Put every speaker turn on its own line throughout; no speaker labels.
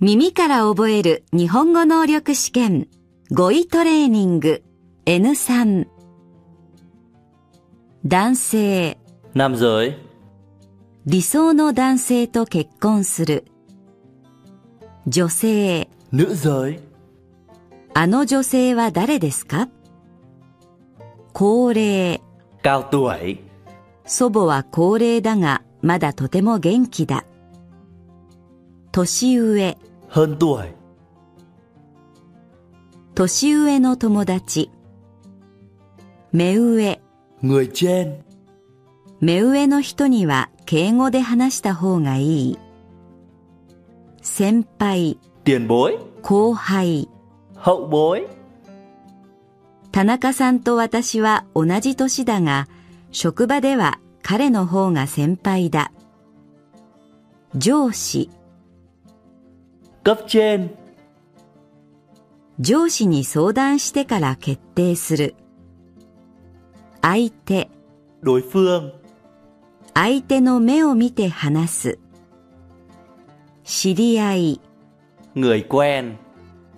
耳から覚える日本語能力試験語彙トレーニング N3 男性
Nam giới,
理想の男性と結婚する女性
nữ giới,
あの女性は誰ですか高齢
cao tuổi,
祖母は高齢だがまだとても元気だ年上
hơn tuổi,
年上の友達目上
người trên,
目上の人には敬語で話した方がいい先輩
tiền bối,
後輩
hậu bối,
田中さんと私は同じ年だが職場では彼の方が先輩だ上司
cấp trên,
上司に相談してから決定する相手
đối phương,
相手の目を見て話す知り合い
người quen,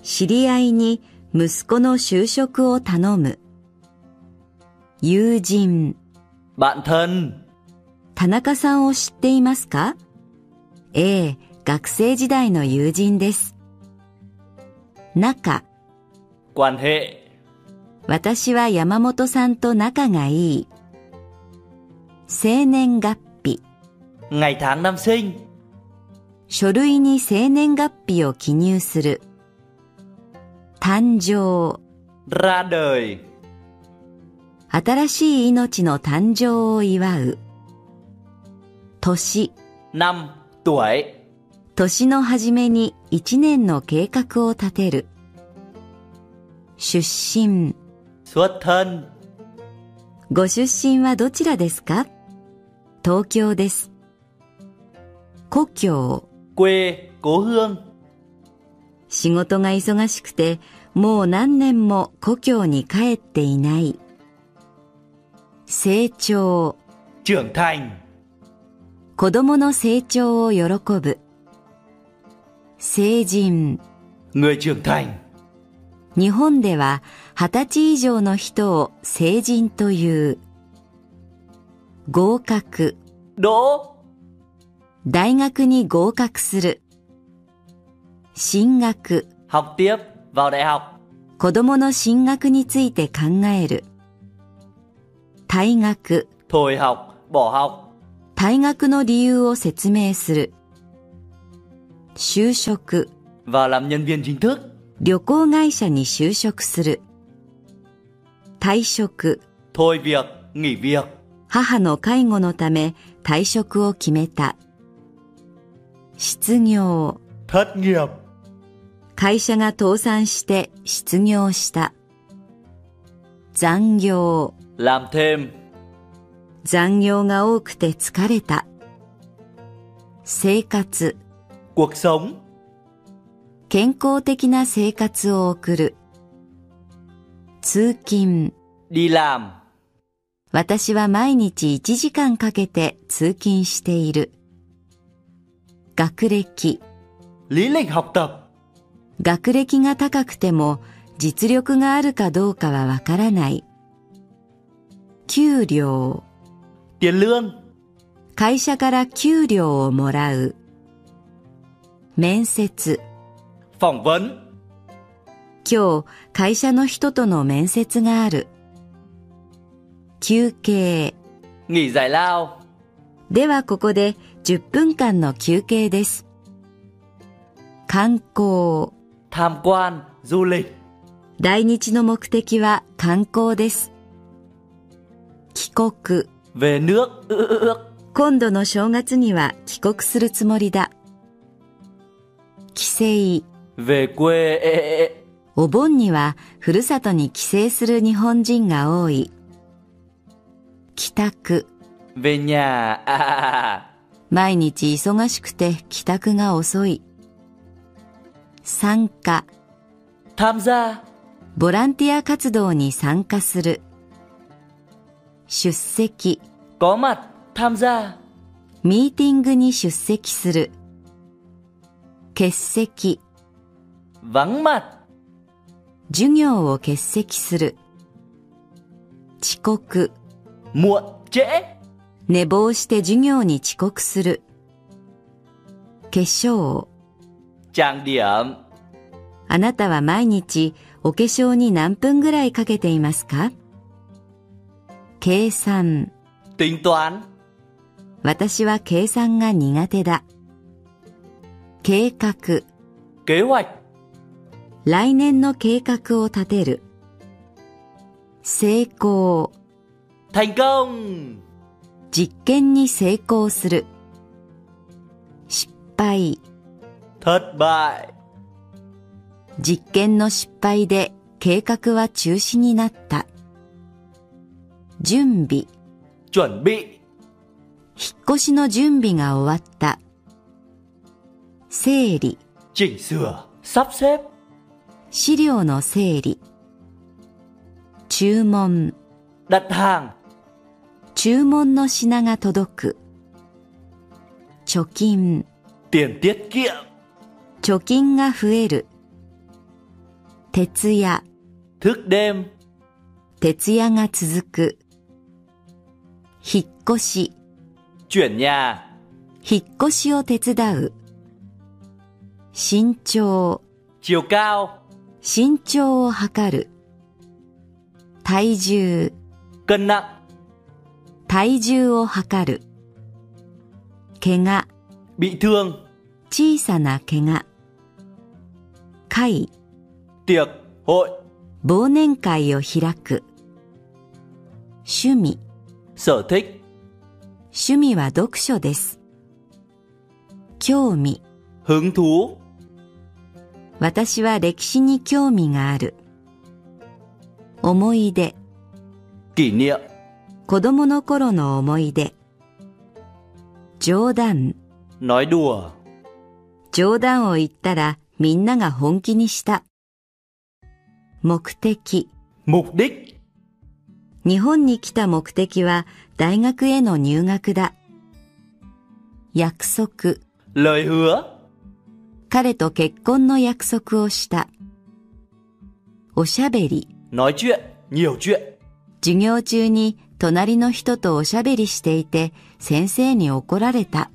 知り合いに息子の就職を頼む友人
bạn thân,
田中さんを知っていますかええ、学生時代の友人です。仲、
quan hệ,
私は山本さんと仲がいい。生年月日、
ngày tháng năm sinh,
書類に生年月日を記入する。誕生、
ra đời,
新しい命の誕生を祝う。年、
năm tuổi,
年の初めに一年の計画を立てる。出身。
xuất thân,
ご出身はどちらですか東京です。故郷。
quê, cố hương,
仕事が忙しくて、もう何年も故郷に帰っていない。成長。
trưởng thành,
子供の成長を喜ぶ。成人。
người trưởng thành,
日本では二十歳以上の人を成人という。合格、
đỗ,
大学に合格する。進学、
học tiếp, vào đại học,
子供の進学について考える。退学、
thôi học, bỏ học,
退学の理由を説明する。就職、
vào làm nhân viên chính thức,
旅行会社に就職する。退職、
thôi việc, nghỉ việc,
母の介護のため退職を決めた。失業、
thất nghiệp,
会社が倒産して失業した。残業、
làm thêm,
残業が多くて疲れた。生活、
cuộc sống,
健康的な生活を送る。通勤、
đi làm,
私は毎日1時間かけて通勤している。学歴、
lý lịch học tập,
学歴が高くても実力があるかどうかはわからない。給料、
tiền lương,
会社から給料をもらう。面接、
phỏng vấn,
今日会社の人との面接がある。休憩。
nghỉ giải lao,
ではここで10分間の休憩です。観光。
tham quan, du lịch,
来日の目的は観光です。帰国。
về nước, ư ư ước,
今度の正月には帰国するつもりだ。帰省。
về quê, ê, ê, ê.
お盆にはふるさとに帰省する日本人が多い。帰宅。
về nhà, à, à, à, à.
毎日忙しくて帰宅が遅い。参加。
tham gia,
ボランティア活動に参加する。出席。
có mặt, tham gia
ミーティングに出席する。欠席、
vắng mặt
授業を欠席する。遅刻、
muộn trễ
寝坊して授業に遅刻する。化粧、
trang điểm
あなたは毎日お化粧に何分ぐらいかけていますか計算、
tính toán
私は計算が苦手だ。計画、
kế hoạch
来年の計画を立てる。成功、
thành công
実験に成功する。失敗、
thất bại
実験の失敗で計画は中止になった。準備、
chuẩn bị
引っ越しの準備が終わった。整理、
chỉnh sửa sắp xếp
資料の整理。注文、
đặt hàng
注文の品が届く。貯金、
tiền tiết kiệm
貯金が増える。徹夜、
thức đêm
徹夜が続く。引っ越し、
chuyển nhà
引っ越しを手伝う。身長、
chiều cao
身長を測る。体重、
cân nặng
体重を測る。怪我、
bị thương
小さな怪我。会、
tiệc hội
忘年会を開く。趣味、
sở thích
趣味は読書です。興味、
hứng thú
私は歴史に興味がある。思い出、
kỷ niệm
子供の頃の思い出。冗談、
nói đùa
冗談を言ったらみんなが本気にした。目的、
mục đích
日本に来た目的は大学への入学だ。約束、
lời hứa
彼と結婚の約束をした。おしゃべり、
nói chuyện nhiều chuyện
授業中に隣の人とおしゃべりしていて先生に怒られた。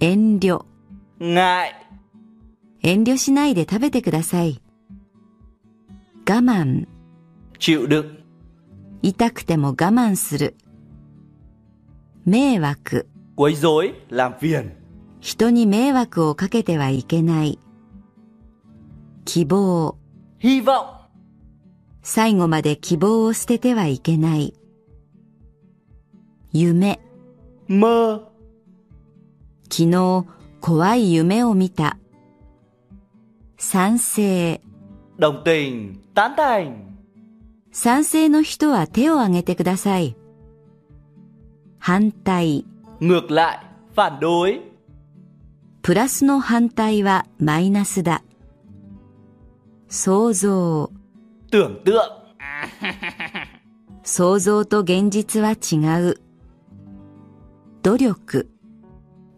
遠慮、
ngại
遠慮しないで食べてください。我慢、
chịu đựng
痛くても我慢する。迷惑、
quấy rối làm phiền
人に迷惑をかけてはいけない。希望、
hy vọng
最後まで希望を捨ててはいけない。夢、
mơ
昨日怖い夢を見た。賛成、
đồng tình tán thành
賛成の人は手を挙げてください。反対、
ngược lại phản đối
プラスの反対はマイナスだ。想像、
tưởng tượng
想像と現実は違う。努力、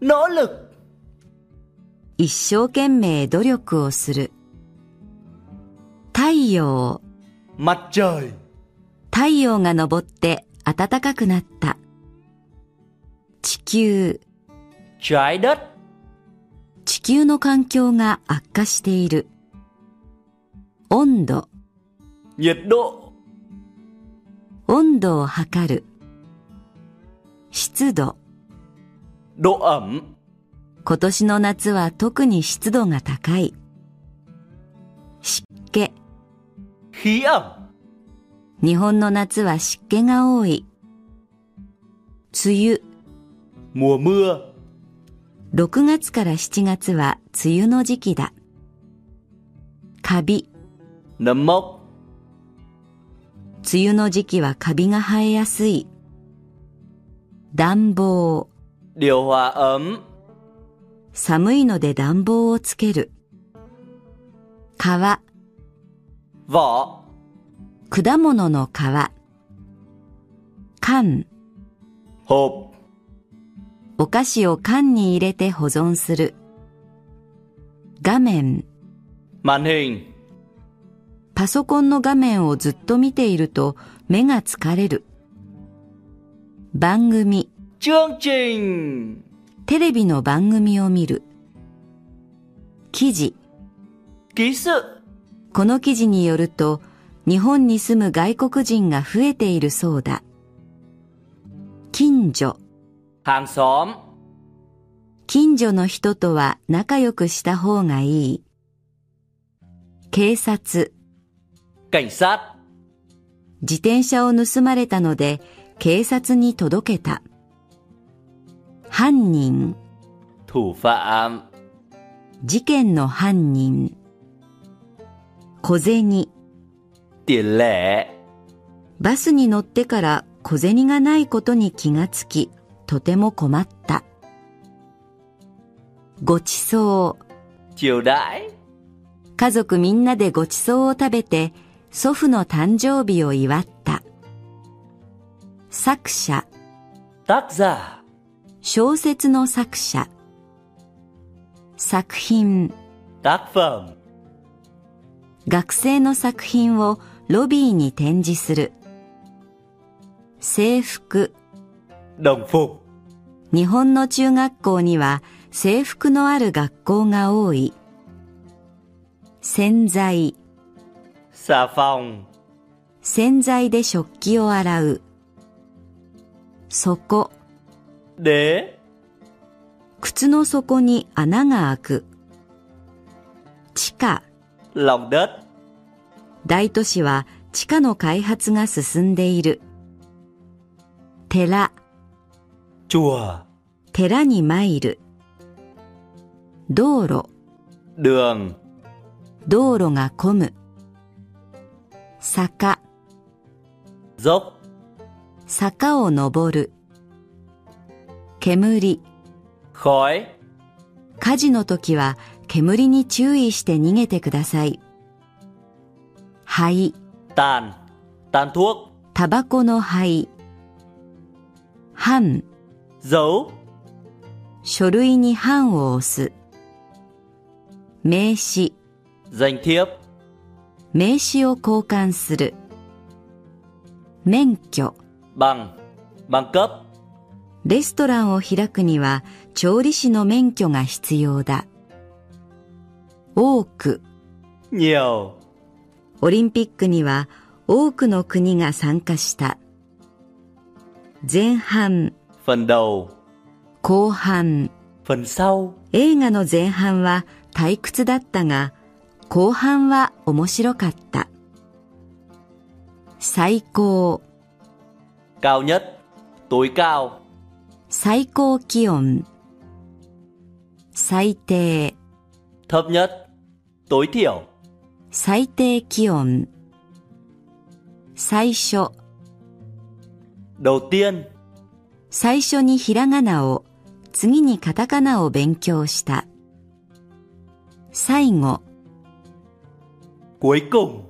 nỗ lực
一生懸命努力をする。太陽、
mặt trời
太陽が昇って暖かくなった。地球、
trái đất
地球の環境が悪化している。温度、
nhiệt độ
温度を測る。湿度、
độ ẩm
今年の夏は特に湿度が高い。湿気、
khí ẩm
日本の夏は湿気が多い。梅雨、
mùa mưa
6月から7月は梅雨の時期だ。カビ、
nấm mốc
梅雨の時期はカビが生えやすい。暖房、
điều hòa ấm
寒いので暖房をつける。皮、果
vỏ
物の皮。缶、
hộp,
お菓子を缶に入れて保存する。画面、
màn hình,
パソコンの画面をずっと見ていると目が疲れる。番組、
chương trình,
テレビの番組を見る。記事、
ký sự,
この記事によると日本に住む外国人が増えているそうだ。近所、
hàng xóm,
近所の人とは仲良くした方がいい。警察、
cảnh sát,
自転車を盗まれたので警察に届けた。犯人、
thủ phạm,
事件の犯人。小銭、
tiền lẻ,
バスに乗ってから小銭がないことに気がつき、とても困った。ごちそう、
chiều đãi,
家族みんなでごちそうを食べて、祖父の誕生日を祝った。作者、
tác giả,
小説の作者。作品、
tác phẩm,
学生の作品をロビーに展示する。制服、
đồng phục,
日本の中学校には制服のある学校が多い。洗剤、
xà phòng,
洗剤で食器を洗う。底、
đế,
靴の底に穴が開く。地下、
lòng đất,
大都市は地下の開発が進んでいる。寺、
chùa,
寺に参る。道路、
đường,
道路が混む。坂、
dốc,
坂を登る。煙、
khói,
火事の時は煙に注意して逃げてください。灰、
tàn, tàn thuốc,
タバコの灰。版、
dấu,
書類に版を押す。名刺、
danh thiếp,
名刺を交換する。免許、
bằng, bằng cấp,
レストランを開くには調理師の免許が必要だ。多く、
nhiều,
オリンピックには多くの国が参加した。前半、
phần đầu,
後半、
phần sau,
映画の前半は退屈だったが、後半は面白かった。最高、
cao nhất, tối cao,
最高気温。最低、
thấp nhất, tối thiểu,
最低気温。最初、
đầu tiên,
最初にひらがなを、次にカタカナを勉強した。最後、
cuối cùng,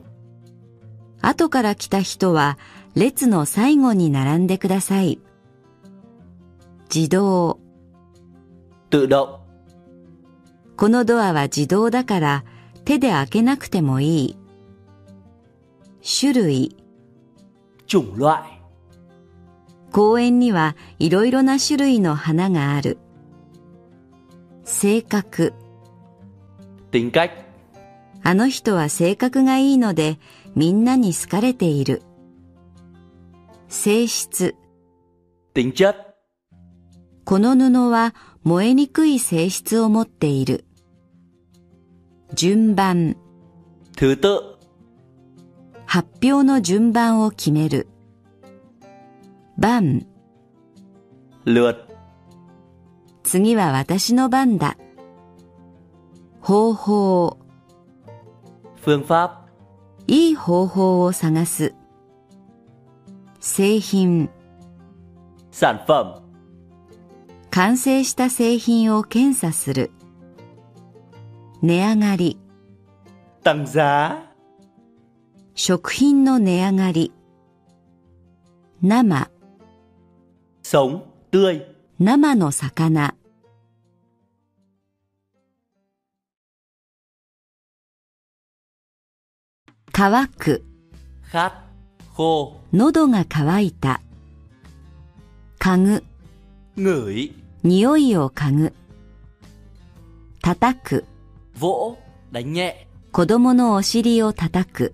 後から来た人は列の最後に並んでください。自動。
tự động,
このドアは自動だから手で開けなくてもいい。種類。
chủng loại,
公園にはいろいろな種類の花がある。性格。
tính cách,
あの人は性格がいいのでみんなに好かれている。性質。
tính chất,
この布は燃えにくい性質を持っている。順番、
thứ tự,
発表の順番を決める。番、
lượt,
次は私の番だ。方法、
phương pháp,
いい方法を探す。製品、
sản phẩm,
完成した製品を検査する。値上がり、
tăng giá,
食品の値上がり。生、
sống tươi
生の魚。乾く、
khát khô
喉が乾いた。嗅ぐ、
ngửi
匂いを嗅ぐ。叩く、
vỗ đánh nhẹ
子供のお尻を叩く。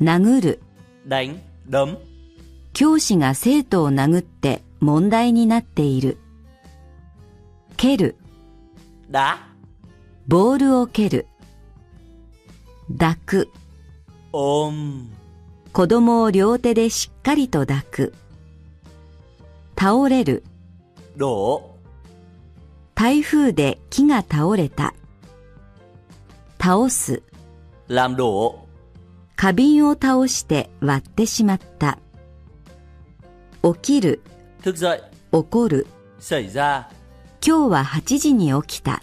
殴る、
đánh đấm
教師が生徒を殴って問題になっている。蹴る、
đá
ボールを蹴る。抱く、
ôm
子供を両手でしっかりと抱く。倒れる、
đổ
台風で木が倒れた。倒す、
làm đổ
花瓶を倒して割ってしまった。起きる、
thức dậy
怒る。
xảy ra
今日は8時に起きた。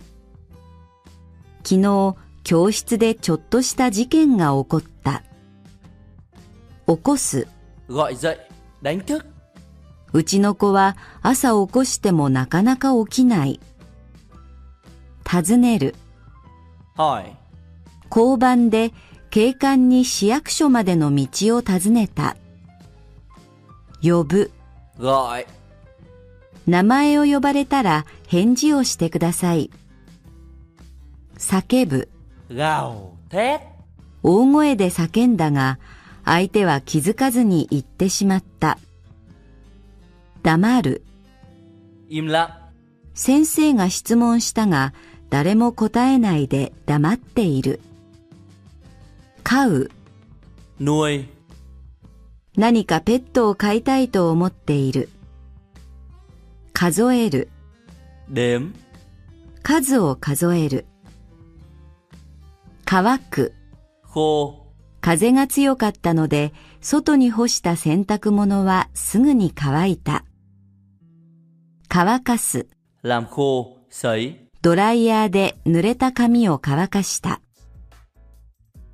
昨日、教室でちょっとした事件が起こった。起こす。
gọi dậy đánh thức
うちの子は朝起こしてもなかなか起きない。尋ねる。
hỏi
交番で警官に市役所までの道を尋ねた。呼ぶ。
gọi
名前を呼ばれたら返事をしてください。叫ぶ。
gào thét
大声で叫んだが、相手は気づかずに言ってしまった。黙る。
im lặng
先生が質問したが、誰も答えないで黙っている。飼う。
nuôi
何かペットを飼いたいと思っている。数える。
đếm
数を数える。乾く。
khô
風が強かったので、外に干した洗濯物はすぐに乾いた。乾かす。
làm khô sấy
ドライヤーで濡れた髪を乾かした。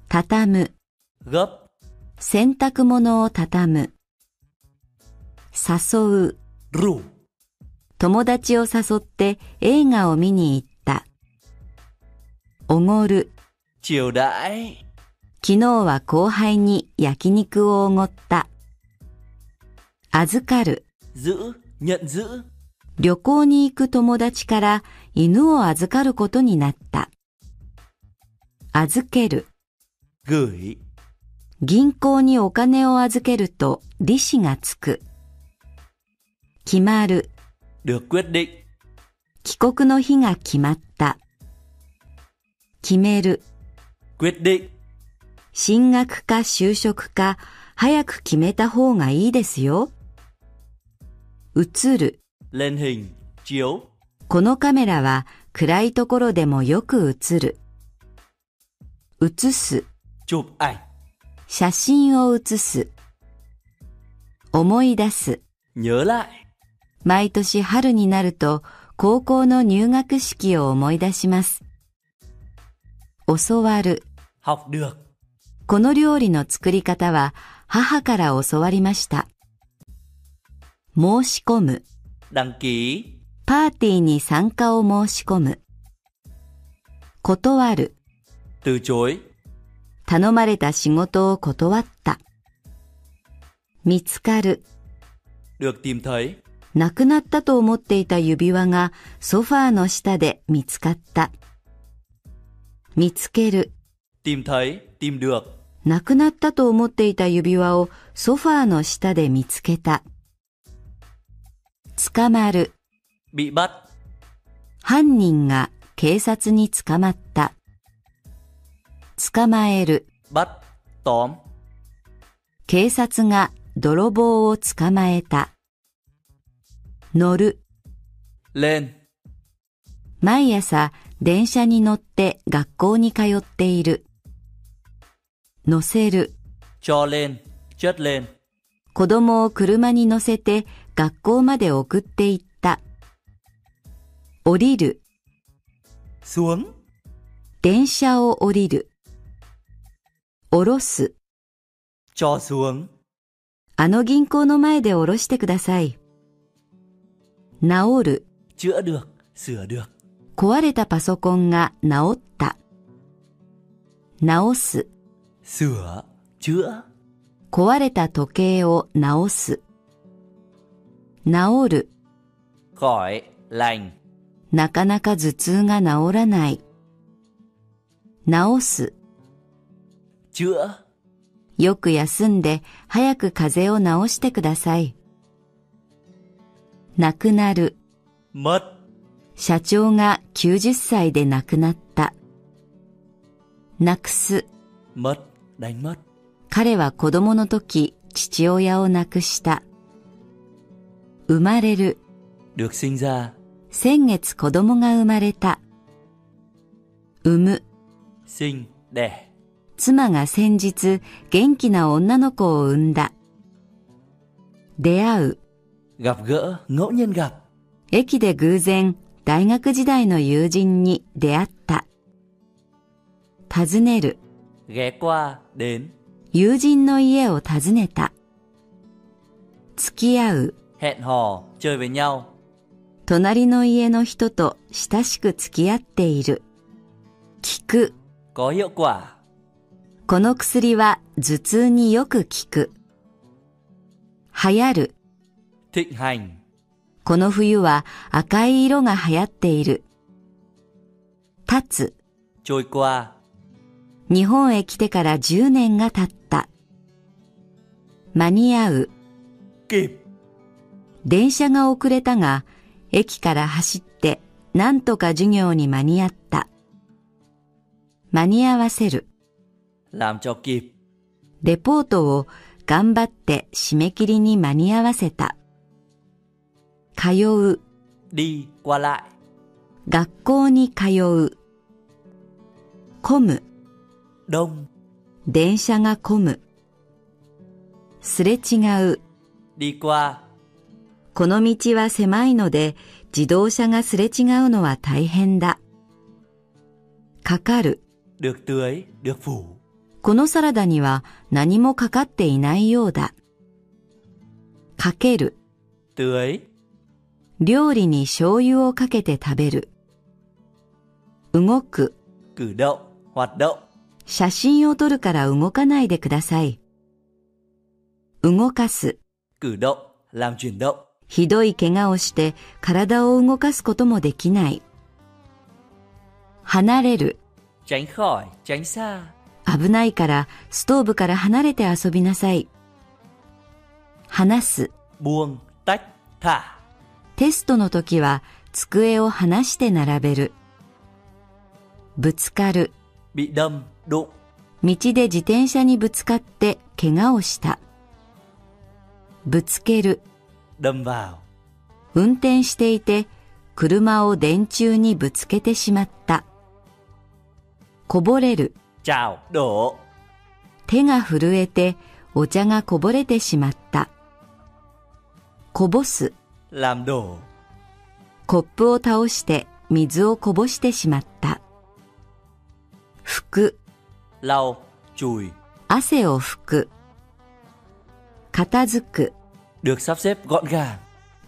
畳む。
gấp
洗濯物を畳む。誘う。
rủ
友達を誘って映画を見に行った。おごる。
chiều đãi
昨日は後輩に焼肉をおごった。預かる。
giữ nhận giữ
旅行に行く友達から犬を預かることになった。預ける。
gửi
銀行にお金を預けると利子がつく。決まる。
được quyết định
帰国の日が決まった。決める。
quyết định
進学か就職か早く決めた方がいいですよ。映る。
lên hình chiếu
このカメラは暗いところでもよく映る。映す。
chụp ảnh
写真を写す。思い出す。
nhớ lại
毎年春になると高校の入学式を思い出します。教わる。
học được
この料理の作り方は母から教わりました。申し込む。
đăng ký
パーティーに参加を申し込む。断る。
từ chối
頼まれた仕事を断った。見つかる。
được tìm thấy
なくなったと思っていた指輪がソファーの下で見つかった。見つける。
tìm thấy tìm được
なくなったと思っていた指輪をソファーの下で見つけた。捕まる。
bị bắt
犯人が警察に捕まった。捕まえる。
bắt tóm
警察が泥棒を捕まえた。乗る。
lên
毎朝電車に乗って学校に通っている。乗せる。
cho lên chất lên
子供を車に乗せて学校まで送っていった。降りる。
xuống
電車を降りる。降ろす。
cho xuống
あの銀行の前で降ろしてください。治る、
chữa được, sửa được,
壊れたパソコンが治った。治す、
sửa, chữa,
壊れた時計を直す。治る、
khỏi, lành,
なかなか頭痛が治らない。治す、
chữa,
よく休んで早く風邪を治してください。亡くなる、
mất,
社長が90歳で亡くなった。なくす、
mất, đánh mất,
彼は子供の時父親を亡くした。生まれる、
được sinh ra,
先月子供が生まれた。産む、
sinh, đẻ,
妻が先日元気な女の子を産んだ。出会う、
gặp gỡ, ngẫu nhiên gặp,
駅で偶然大学時代の友人に出会った。訪ねる、
ghé qua, đến,
友人の家を訪ねた。付き合う、
hẹn hò, chơi với nhau,
隣の家の人と親しく付き合っている。聞く、
có hiệu quả,
この薬は頭痛によく効く。流行る、
thịnh hành,
この冬は赤い色が流行っている。立つ、
trôi qua,
日本へ来てから10年が経った。間に合う、
kịp,
電車が遅れたが、駅から走って、なんとか授業に間に合った。間に合わせる、
làm cho kịp,
レポートを頑張って締め切りに間に合わせた。通う、
đi qua lại,
学校に通う。混む、
đông,
電車が混む。すれ違う、
đi qua,
この道は狭いので自動車がすれ違うのは大変だ。かかる、
được tưới, được phủ,
このサラダには何もかかっていないようだ。かける、
tưới,
料理に醤油をかけて食べる。動く、
cử động, hoạt động,
写真を撮るから動かないでください。動かす、
cử động, làm chuyển động,
ひどい怪我をして体を動かすこともできない。離れる、
tránh khỏi, tránh xa,
危ないからストーブから離れて遊びなさい。話す、
buông, tách, thả,
テストの時は机を離して並べる。ぶつかる、
bị đâm, đụng,
道で自転車にぶつかって怪我をした。ぶつける、
đâm vào,
運転していて車を電柱にぶつけてしまった。こぼれる、
chào, đổ,
手が震えてお茶がこぼれてしまった。こぼす、
làm đổ,
コップを倒して水をこぼしてしまった。拭く、
lau, chùi,
汗を拭く。片付く、
được sắp xếp gọn gàng,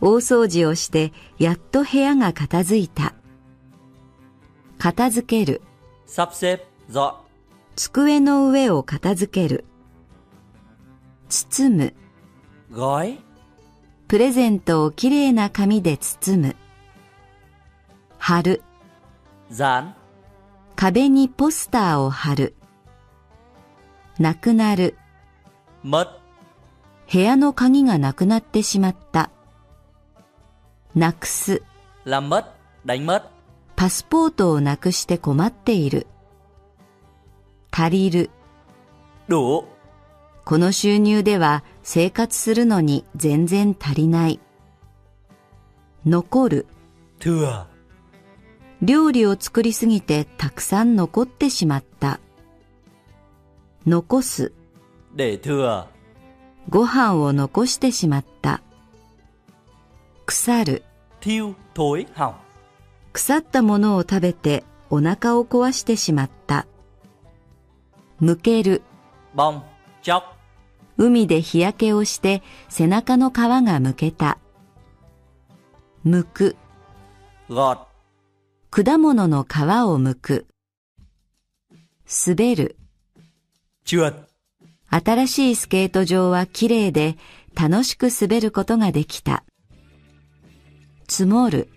大掃除をしてやっと部屋が片付いた。片付ける、
sắp xếp, dọn,
机の上を片付ける。包む、
gói,
プレゼントをきれいな紙で包む。貼る、
dán,
壁にポスターを貼る。なくなる、
mất,
部屋の鍵がなくなってしまった。なくす、
làm mất, đánh mất,
パスポートをなくして困っている。足りる、
đủ,
この収入では生活するのに全然足りない。残る、
thừa,
料理を作りすぎてたくさん残ってしまった。残す、
để thừa,
ご飯を残してしまった。腐る、
thiêu, thối, hỏng,
腐ったものを食べてお腹を壊してしまった。むける、
bong, chóc,
海で日焼けをして背中の皮がむけた。剥く、
gọt
果物の皮を剥く。滑る、
trượt
新しいスケート場は綺麗で楽しく滑ることができた。積もる、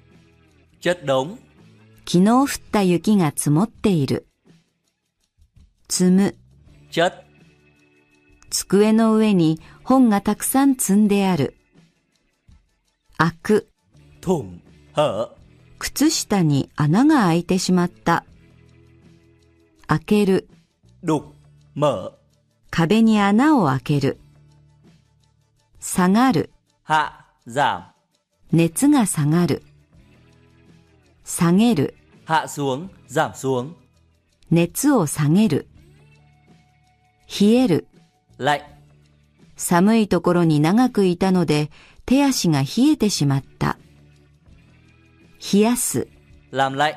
chất đống
昨日降った雪が積もっている。積む、
chất
机の上に本がたくさん積んである。開く、
thủng hở
靴下に穴が開いてしまった。開ける、
đục mở
壁に穴を開ける。下がる、
hạ giảm
熱が下がる。下げる、
hạ xuống giảm xuống
熱を下げる。冷える、
lạnh
寒いところに長くいたので手足が冷えてしまった。冷やす、
làm lạnh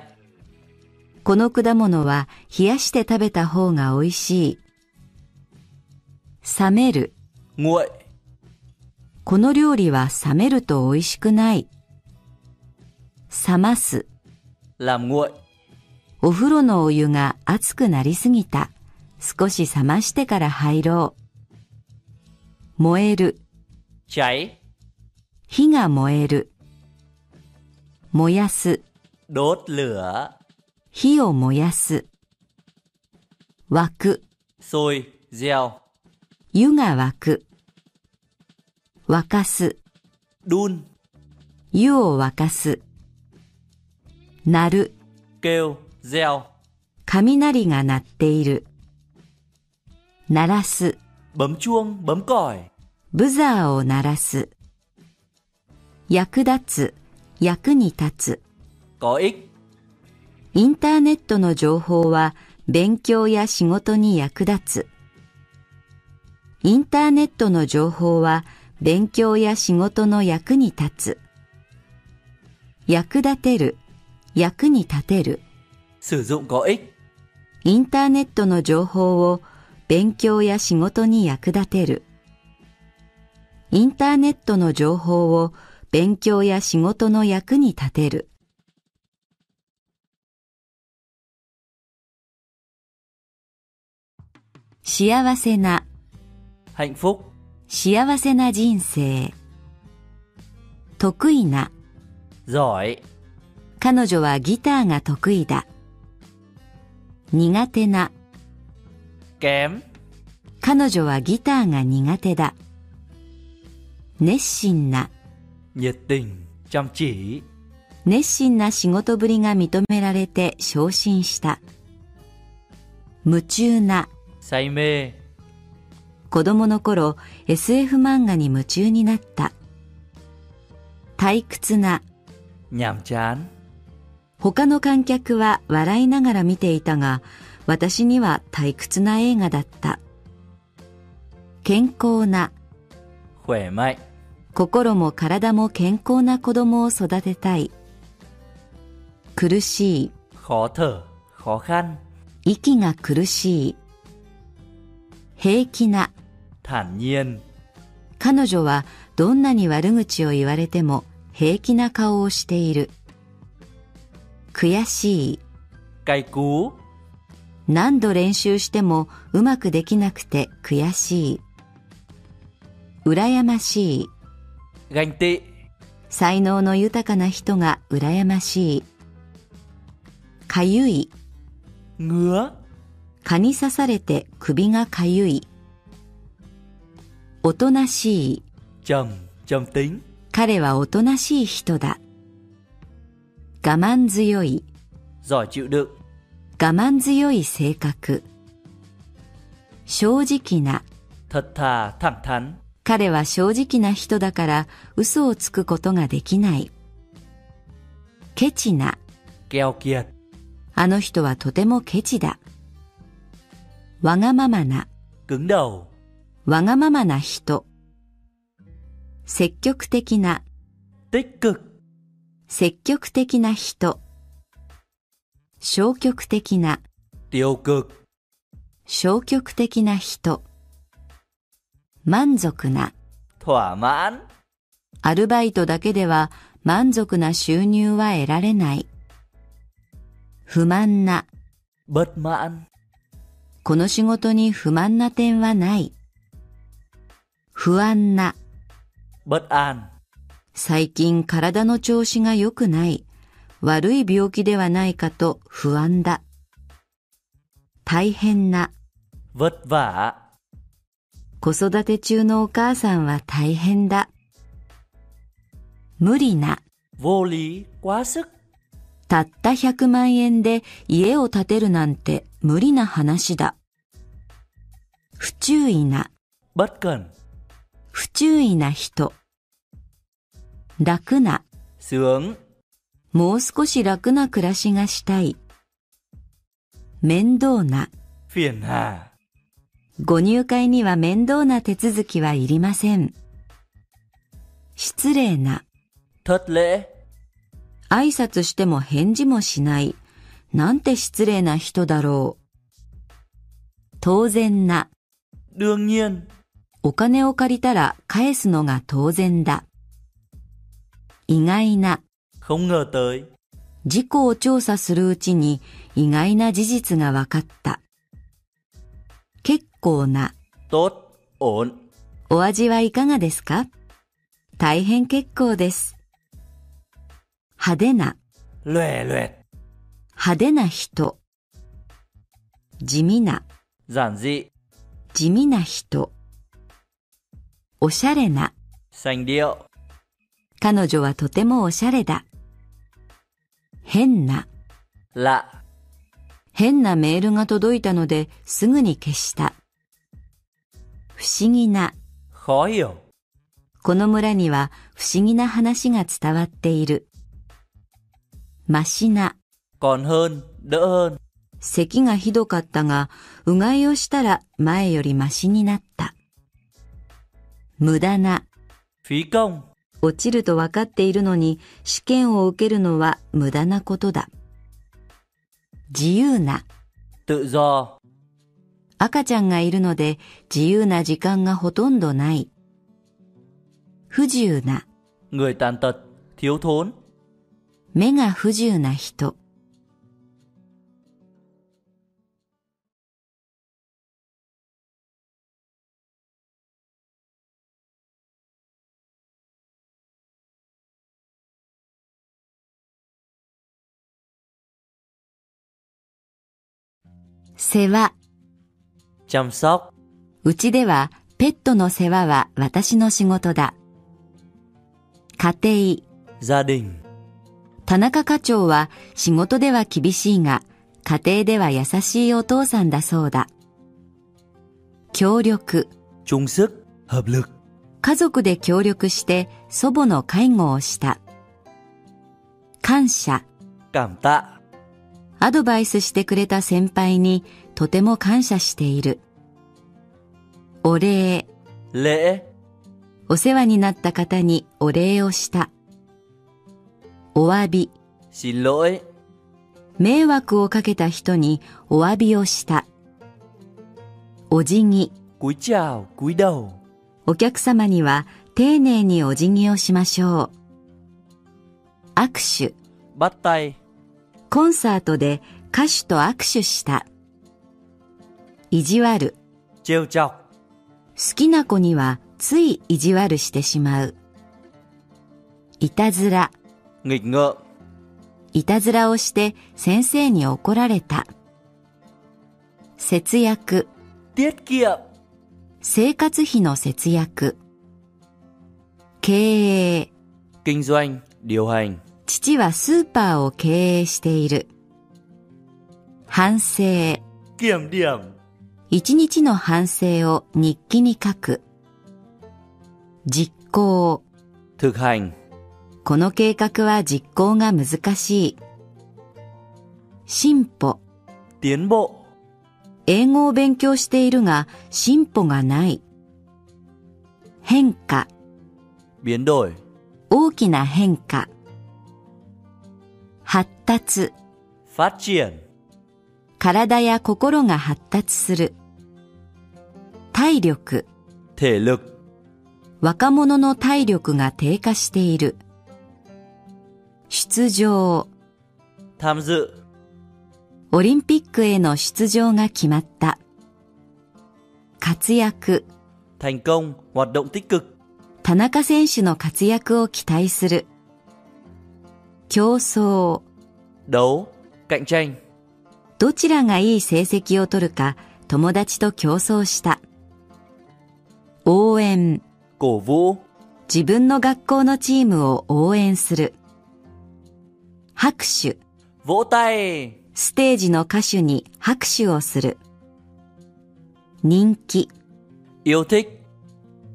この果物は冷やして食べた方が美味しい。冷める。
nguội
この料理は冷めると美味しくない。冷ます。
làm nguội
お風呂のお湯が熱くなりすぎた。少し冷ましてから入ろう。燃える。
cháy
火が燃える。燃やす。
đốt lửa
火を燃やす。沸く。
sôi gieo
湯が沸く。沸かす。
đun
湯を沸かす。鳴る。
kêu gieo
雷が鳴っている。鳴らす。
bấm chuông bấm còi
ブザーを鳴らす。役立つ。役に立つ。
có ích
インターネットの情報は勉強や仕事に役立つ。インターネットの情報は勉強や仕事の役に立つ。役立てる、役に立てる。
sử dụng có ích
インターネットの情報を勉強や仕事に役立てる。インターネットの情報を勉強や仕事の役に立てる。幸せな、
hạnh phúc
幸せな人生。得意な、
giỏi
彼女はギターが得意だ。苦手な、
kém
彼女はギターが苦手だ。熱心な、
nhiệt tình chăm chỉ
熱心な仕事ぶりが認められて昇進した。夢中な、
say mê
子供の頃 SF 漫画に夢中になった。退屈な、
nhàm chán
他の観客は笑いながら見ていたが、私には退屈な映画だった。健康な、
khỏe mạnh
心も体も健康な子供を育てたい。苦し
khó thở khó khăn
い、息が苦しい。平気な、
thản nhiên
彼女はどんなに悪口を言われても平気な顔をしている。悔しい、
cay cú
何度練習してもうまくできなくて悔しい。羨ましい、
ganh tị
才能の豊かな人が羨ましい。かゆい、
ngứa
蚊に刺されて首がかゆい。おとなしい。
trầm trầm tính
彼はおとなしい人だ。我慢強い。
giỏi chịu đựng
我慢強い性格。正直な。
thật thà thẳng thắn
彼は正直な人だから嘘をつくことができない。ケチな。
keo kiệt
あの人はとてもケチだ。わがままな。
cứng đầu
わがままな人。積極的な。
tích cực
積極的な人。消極的な、
tiêu cực
消極的な人。満足な、
thỏa mãn
アルバイトだけでは満足な収入は得られない。不満な、
bất mãn,
この仕事に不満な点はない。不安な、
bất an,
最近体の調子が良くない。悪い病気ではないかと不安だ。大変な、
vất vả,
子育て中のお母さんは大変だ。無理な、
vô lý, quá sức,
たった100万円で家を建てるなんて無理な話だ。不注意な、
bất cần,
不注意な人。楽な、
sướng,
もう少し楽な暮らしがしたい。面倒な、
phiền hà,
ご入会には面倒な手続きはいりません。失礼な、
thất lễ,
挨拶しても返事もしない。なんて失礼な人だろう。当然な、
đương nhiên,
お金を借りたら返すのが当然だ。意外な、
không ngờ tới,
事故を調査するうちに意外な事実が分かった。結構な、
tốt, ổn,
お味はいかがですか大変結構です。派手な、
lòe loẹt,
派手な人。地味な、
giản dị,
地味な人。おしゃれな、
sành điệu,
彼女はとてもおしゃれだ。変な、
lạ,
変なメールが届いたのですぐに消した。不思議な、
khó hiểu,
この村には不思議な話が伝わっている。マシな、
còn hơn, đỡ hơn,
咳がひどかったが、うがいをしたら前よりマシになった。無駄な、
phí công,
落ちると分かっているのに試験を受けるのは無駄なことだ。自由な、
tự do,
赤ちゃんがいるので自由な時間がほとんどない。不自由な、
người tàn tật, thiếu thốn,
目が不自由な人。世話。
chăm sóc,
うちではペットの世話は私の仕事だ。家庭。
gia đình,
田中課長は仕事では厳しいが、家庭では優しいお父さんだそうだ。協力。
chung sức, hợp lực,
家族で協力して祖母の介護をした。感謝。
cảm tạ,
アドバイスしてくれた先輩にとても感謝している。お礼。
lễ,
お世話になった方にお礼をした。お詫び。
xin lỗi,
迷惑をかけた人にお詫びをした。お辞儀。
cúi chào, cúi đầu,
お客様には丁寧にお辞儀をしましょう。握手。
bắt tay,
コンサートで歌手と握手した。意地悪。
trêu chọc,
好きな子にはつい意地悪してしまう。いたずら。
nghịch ngợm,
いたずらをして先生に怒られた。節約。
tiết kiệm,
生活費の節約。経営。
kinh doanh, điều hành,
父はスーパーを経営している。反省。
kiểm điểm,
一日の反省を日記に書く。実行。
thực hành,
この計画は実行が難しい。進歩。
tiến bộ,
英語を勉強しているが進歩がない。変化。
biến đổi,
大きな変化。発達。
phát triển,
体や心が発達する。体力。
thể lực,
若者の体力が低下している。出場、
tham dự,
オリンピックへの出場が決まった。活躍、
thành công, hoạt động tích cực,
田中選手の活躍を期待する。競争、
đấu, cạnh tranh,
どちらがいい成績を取るか友達と競争した。応援、
cổ vũ,
自分の学校のチームを応援する。拍手、
vỗ tay,
ステージの歌手に拍手をする。人気、
yêu thích,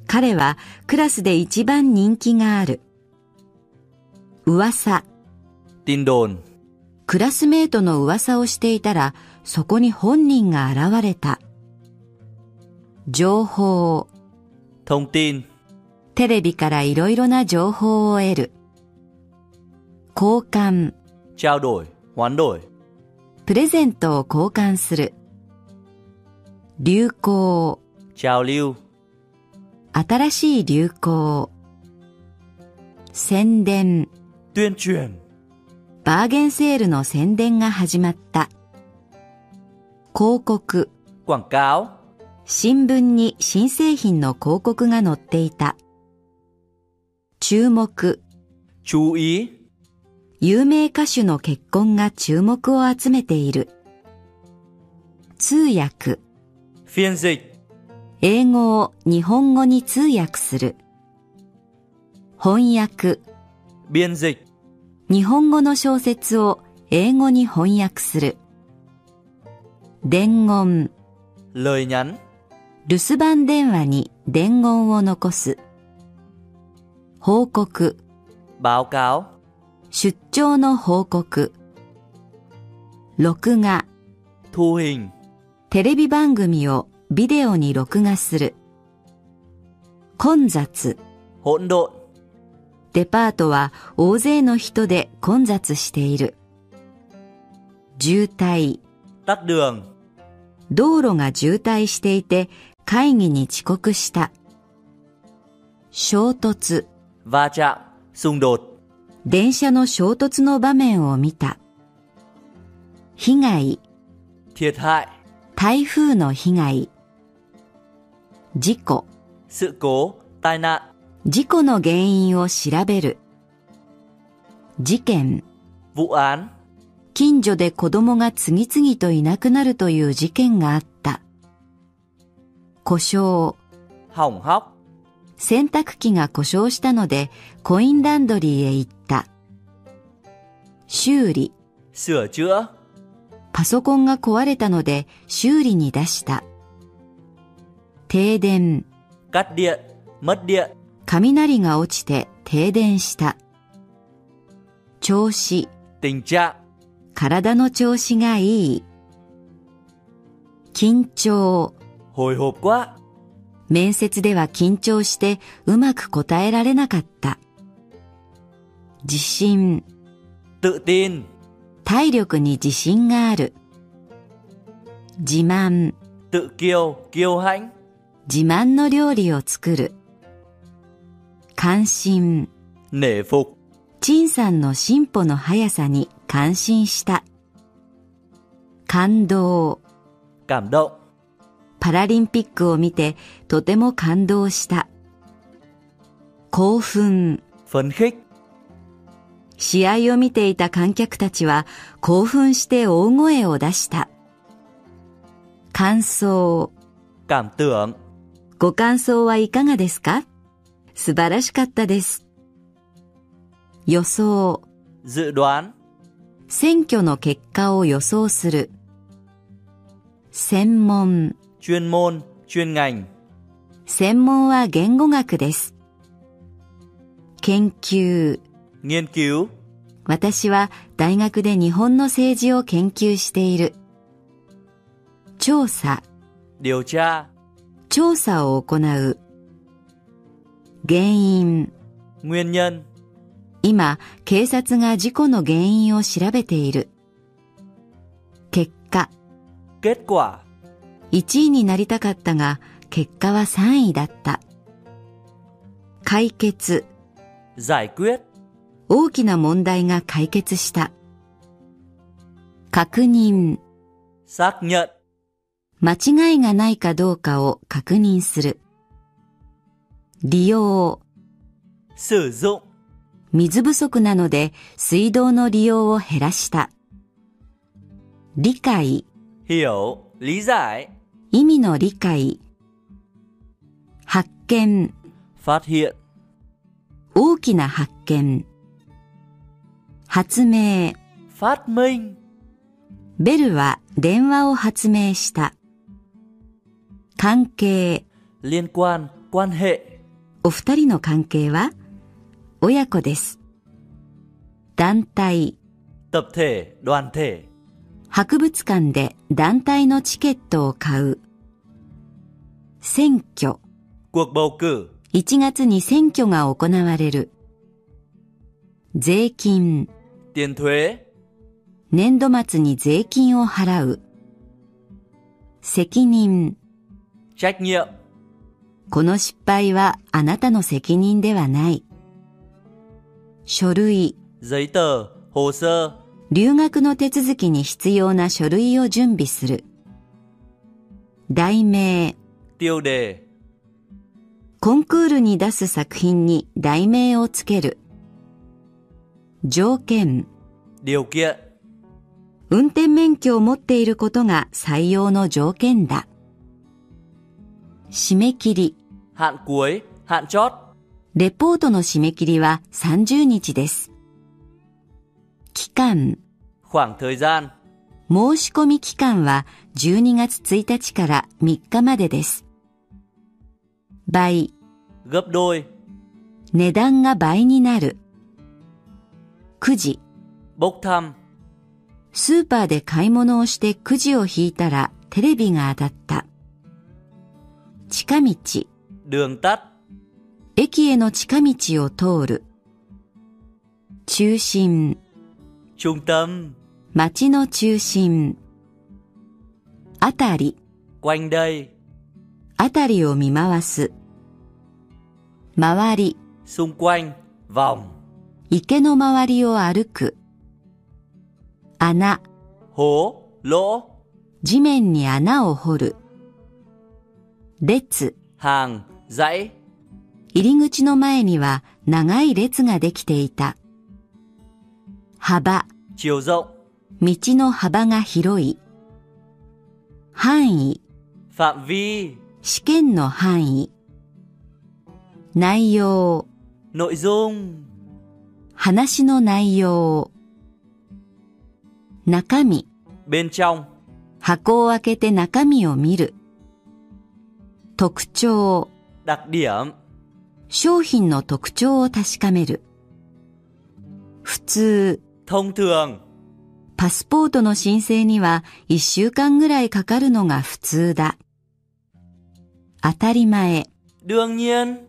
彼はクラスで一番人気がある。噂、
tin đồn,
クラスメートの噂をしていたら、そこに本人が現れた。情報、
thông tin,
テレビからいろいろな情報を得る。交換、
trao đổi, hoán đổi,
プレゼントを交換する。流行、
trào lưu,
新しい流行。宣伝、
tuyên truyền,
バーゲンセールの宣伝が始まった。広告、
quảng cáo,
新聞に新製品の広告が載っていた。注目、
chú ý,
有名歌手の結婚が注目を集めている。通訳、
phiên dịch,
英語を日本語に通訳する。翻訳、
biên dịch,
日本語の小説を英語に翻訳する。伝言、
lời nhắn,
留守番電話に伝言を残す。報告、
báo cáo,
出張の報告。録画、
thu hình,
テレビ番組をビデオに録画する。混雑。
hỗn độn,
デパートは大勢の人で混雑している。渋滞。
tắt đường,
道路が渋滞していて会議に遅刻した。衝突。
va chạm, xung đột,
電車の衝突の場面を見た。被害。
thiệt hại,
台風の被害。事故。
sự cố, tai nạn,
事故の原因を調べる。事件。
vụ án,
近所で子供が次々といなくなるという事件があった。故障。
hỏng hóc,
洗濯機が故障したのでコインランドリーへ行った。修理。
sửa chữa,
パソコンが壊れたので修理に出した。停電。
cắt điện, mất điện,
雷が落ちて停電した。調子。
tình trạng,
体の調子がいい。緊張。
hồi hộp quá,
面接では緊張してうまく答えられなかった。自信。
tự tin,
体力に自信がある。自慢。
tự kiêu, kiêu hãnh,
自慢の料理を作る。関心。
nể phục,
陳さんの進歩の速さに感心した。感動。
cảm động,
パラリンピックを見てとても感動した。興奮。
phấn khích,
試合を見ていた観客たちは興奮して大声を出した。感想。
cảm tưởng,
ご感想はいかがですか素晴らしかったです。予想。
dự đoán,
選挙の結果を予想する。専門。
chuyên môn, chuyên ngành,
専門は言語学です。研究。
nghiên cứu,
私は大学で日本の政治を研究している。調査、
điều tra,
調査を行う。原因、
nguyên nhân,
今、警察が事故の原因を調べている。結果、
kết quả,
1位になりたかったが、結果は3位だった。解決、
giải quyết,
大きな問題が解決した。確認、
xác nhận,
間違いがないかどうかを確認する。利用、
sử dụng,
水不足なので水道の利用を減らした。理解、
hiểu, lý giải,
意味の理解。発見、
phát hiện,
大きな発見。発明、
phát minh,
ベルは電話を発明した。関係、
liên quan, quan hệ,
お二人の関係は親子です。団体、
tập thể, đoàn thể,
博物館で団体のチケットを買う。選挙、
cuộc bầu cử,
1月に選挙が行われる。税金、
tiền thuế,
年度末に税金を払う。責任、
trách nhiệm,
この失敗はあなたの責任ではない。書類、
giấy tờ, hồ sơ,
留学の手続きに必要な書類を準備する。題名、
tiêu đề,
コンクールに出す作品に題名をつける。条件、
điều kiện,
運転免許を持っていることが採用の条件だ。締め切り、
hạn cuối, hạn chót,
レポートの締め切りは30日です。期間、
khoảng thời gian,
申し込み期間は12月1日から3日までです。倍、
gấp đôi,
値段が倍になる。くじ、
bốc thăm,
スーパーで買い物をしてくじを引いたらテレビが当たった。近道、
đường tắt,
駅への近道を通る。中心、
trung tâm,
街の中心。あたり、
quanh đây,
あたりを見回す。周り、
xung quanh, vòng,
池の周りを歩く。穴、
hố, lỗ,
地面に穴を掘る。列、
hàng, dãy,
入り口の前には長い列ができていた。幅、
chiều rộng,
道の幅が広い。範囲、
phạm vi,
試験の範囲。内容、
nội dung,
話の内容。中身、
bên trong,
箱を開けて中身を見る。特徴、
đặc điểm,
商品の特徴を確かめる。普通、
thông thường,
パスポートの申請には1週間ぐらいかかるのが普通だ。当たり前、
đương nhiên,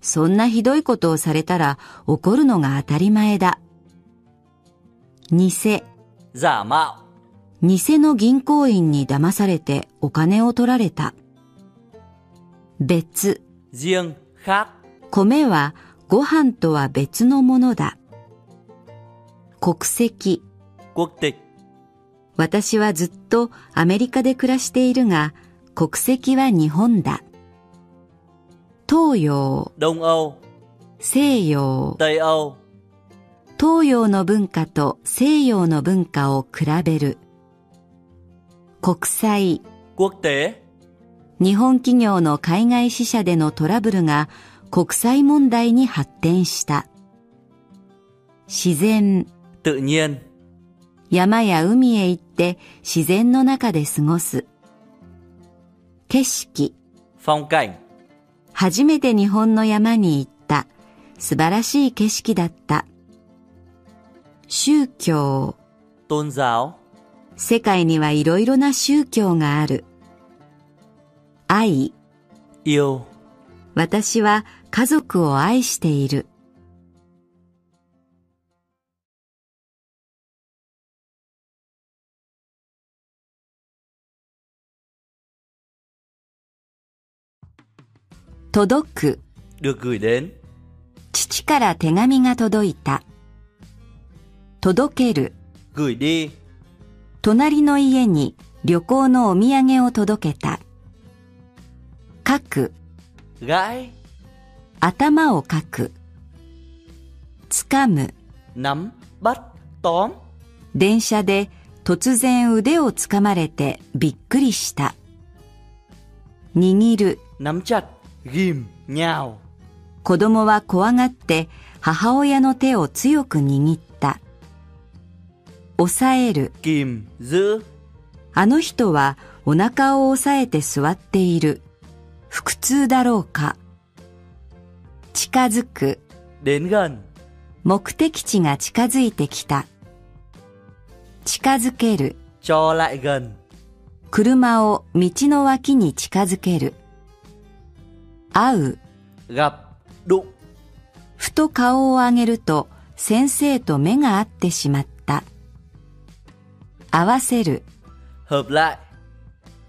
そんなひどいことをされたら怒るのが当たり前だ。偽、
giả mạo,
偽の銀行員に騙されてお金を取られた。別、
riêng, khác,
米はご飯とは別のものだ。国籍、
quốc tịch,
私はずっとアメリカで暮らしているが、国籍は日本だ。東洋、
Đông Âu,
西洋、
Tây Âu,
東洋の文化と西洋の文化を比べる。国際、
quốc tế,
日本企業の海外支社でのトラブルが国際問題に発展した。自然、
tự nhiên,
山や海へ行って自然の中で過ごす。景色、
phong cảnh,
初めて日本の山に行った。素晴らしい景色だった。宗教、
tôn giáo,
世界にはいろいろな宗教がある。愛、
yêu,
私は家族を愛している。届く。
được gửi đến.
父から手紙が届いた。届ける、
gửi đi,
隣の家に旅行のお土産を届けた。書く、
gãi,
頭を書く。掴む、
nắm, bắt, tóm,
電車で突然腕をつかまれてびっくりした。握る、
nắm chặt, ghim, nhào,
子供は怖がって母親の手を強く握った。抑える、
kìm, giữ,
あの人はお腹を押さえて座っている。腹痛だろうか。近づく。
đến gần,
目的地が近づいてきた。近づける。
cho lại gần,
車を道の脇に近づける。会う。
gặp, đụng,
ふと顔を上げると先生と目が合ってしまった。合わせる。
hợp lại,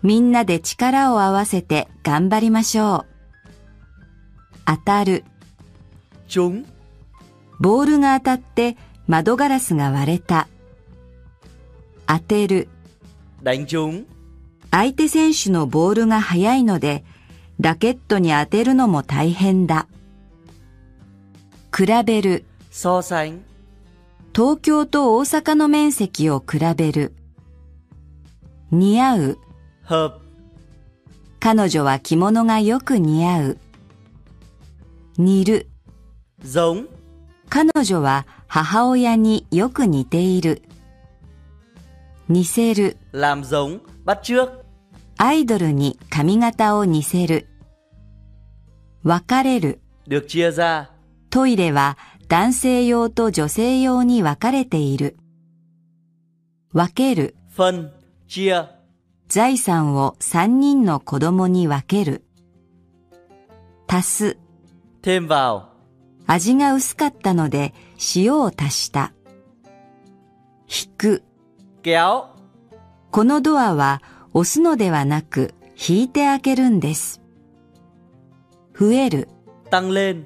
みんなで力を合わせて頑張りましょう。当たる。
chúng,
ボールが当たって窓ガラスが割れた。当てる。
đánh chúng,
相手選手のボールが速いので、ラケットに当てるのも大変だ。比べる。
so sánh,
東京と大阪の面積を比べる。似合う。
hợp,
彼女は着物がよく似合う。似る。
giống,
彼女は母親によく似ている。似せる。
làm giống, bắt chước,
アイドルに髪型を似せる。別れる。
được chia ra,
トイレは男性用と女性用に分かれている。分ける。
phân, chia,
財産を3人の子供に分ける。足す。
thêm vào,
味が薄かったので塩を足した。引く。
kéo,
このドアは押すのではなく引いて開けるんです。増える。
tăng lên,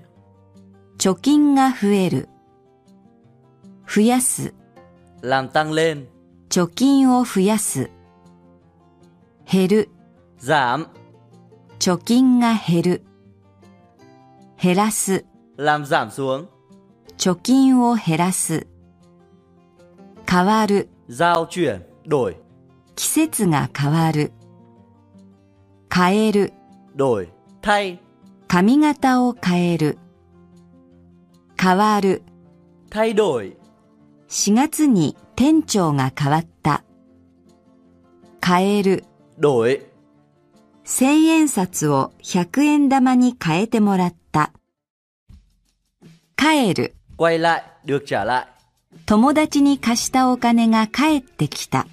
貯金が増える。増やす。
làm tăng lên,
貯金を増やす。減る。
giảm,
貯金が減る。減らす。
làm giảm xuống,
貯金を減らす。変わる。
giao chuyển, đổi,
季節が変わる。変える。
đổi, thay,
髪型を変える。変わる。
thay đổi,
4月に店長が変わった。変える。
đổi,
千円札を百円玉に変えてもらった。帰る。
quay lại, được trả lại,
友達に貸したお金が返ってきた。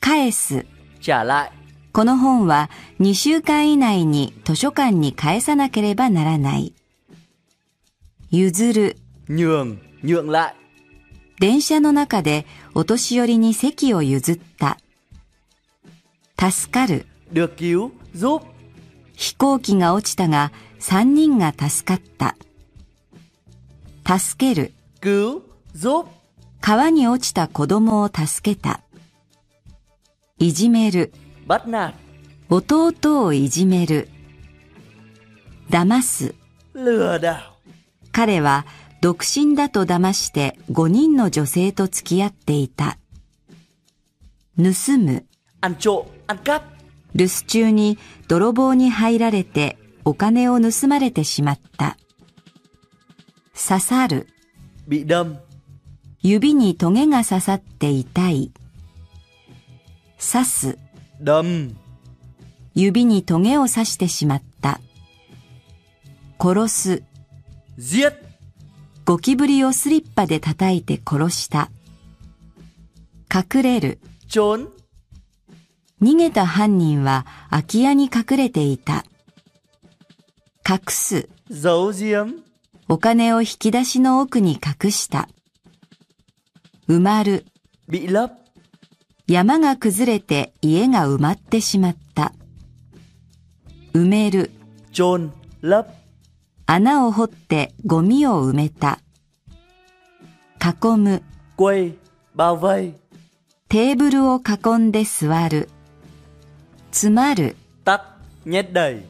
返す。
trả lại,
この本は2週間以内に図書館に返さなければならない。譲る。
nhường, nhượng lại,
電車の中でお年寄りに席を譲った。助かる。
được cứu, giúp,
飛行機が落ちたが3人が助かった。助ける。
cứu, giúp,
川に落ちた子供を助けた。いじめる。
bắt nạt,
弟をいじめる。騙す。
lừa đảo,
彼は独身だと騙して5人の女性と付き合っていた。盗む。
ăn trộm, ăn cắp,
留守中に泥棒に入られてお金を盗まれてしまった。刺さる。
bị đâm,
指にトゲが刺さって痛い。刺す。
đâm,
指にトゲを刺してしまった。殺す。
giết,
ゴキブリをスリッパで叩いて殺した。隠れる。
trốn,
逃げた犯人は空き家に隠れていた。隠す。
giấu giếm,
お金を引き出しの奥に隠した。埋まる。
bị lấp,
山が崩れて家が埋まってしまった。埋める。
chôn, lấp,
穴を掘ってゴミを埋めた。囲む、
quay, bao vây,
テーブルを囲んで座る。詰まる、
tắt, nhét đầy,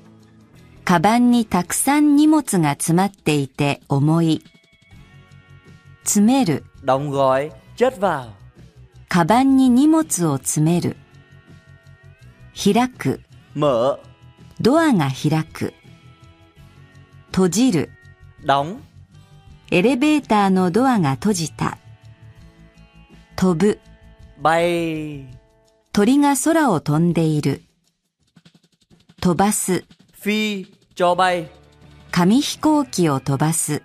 カバンにたくさん荷物が詰まっていて重い。詰める、
đóng gói, chất vào,
カバンに荷物を詰める。開く、
mở,
ドアが開く。閉じる、
đóng,
エレベーターのドアが閉じた。飛ぶ、
bay,
鳥が空を飛んでいる。飛ばす、
phi, cho bay,
紙飛行機を飛ばす。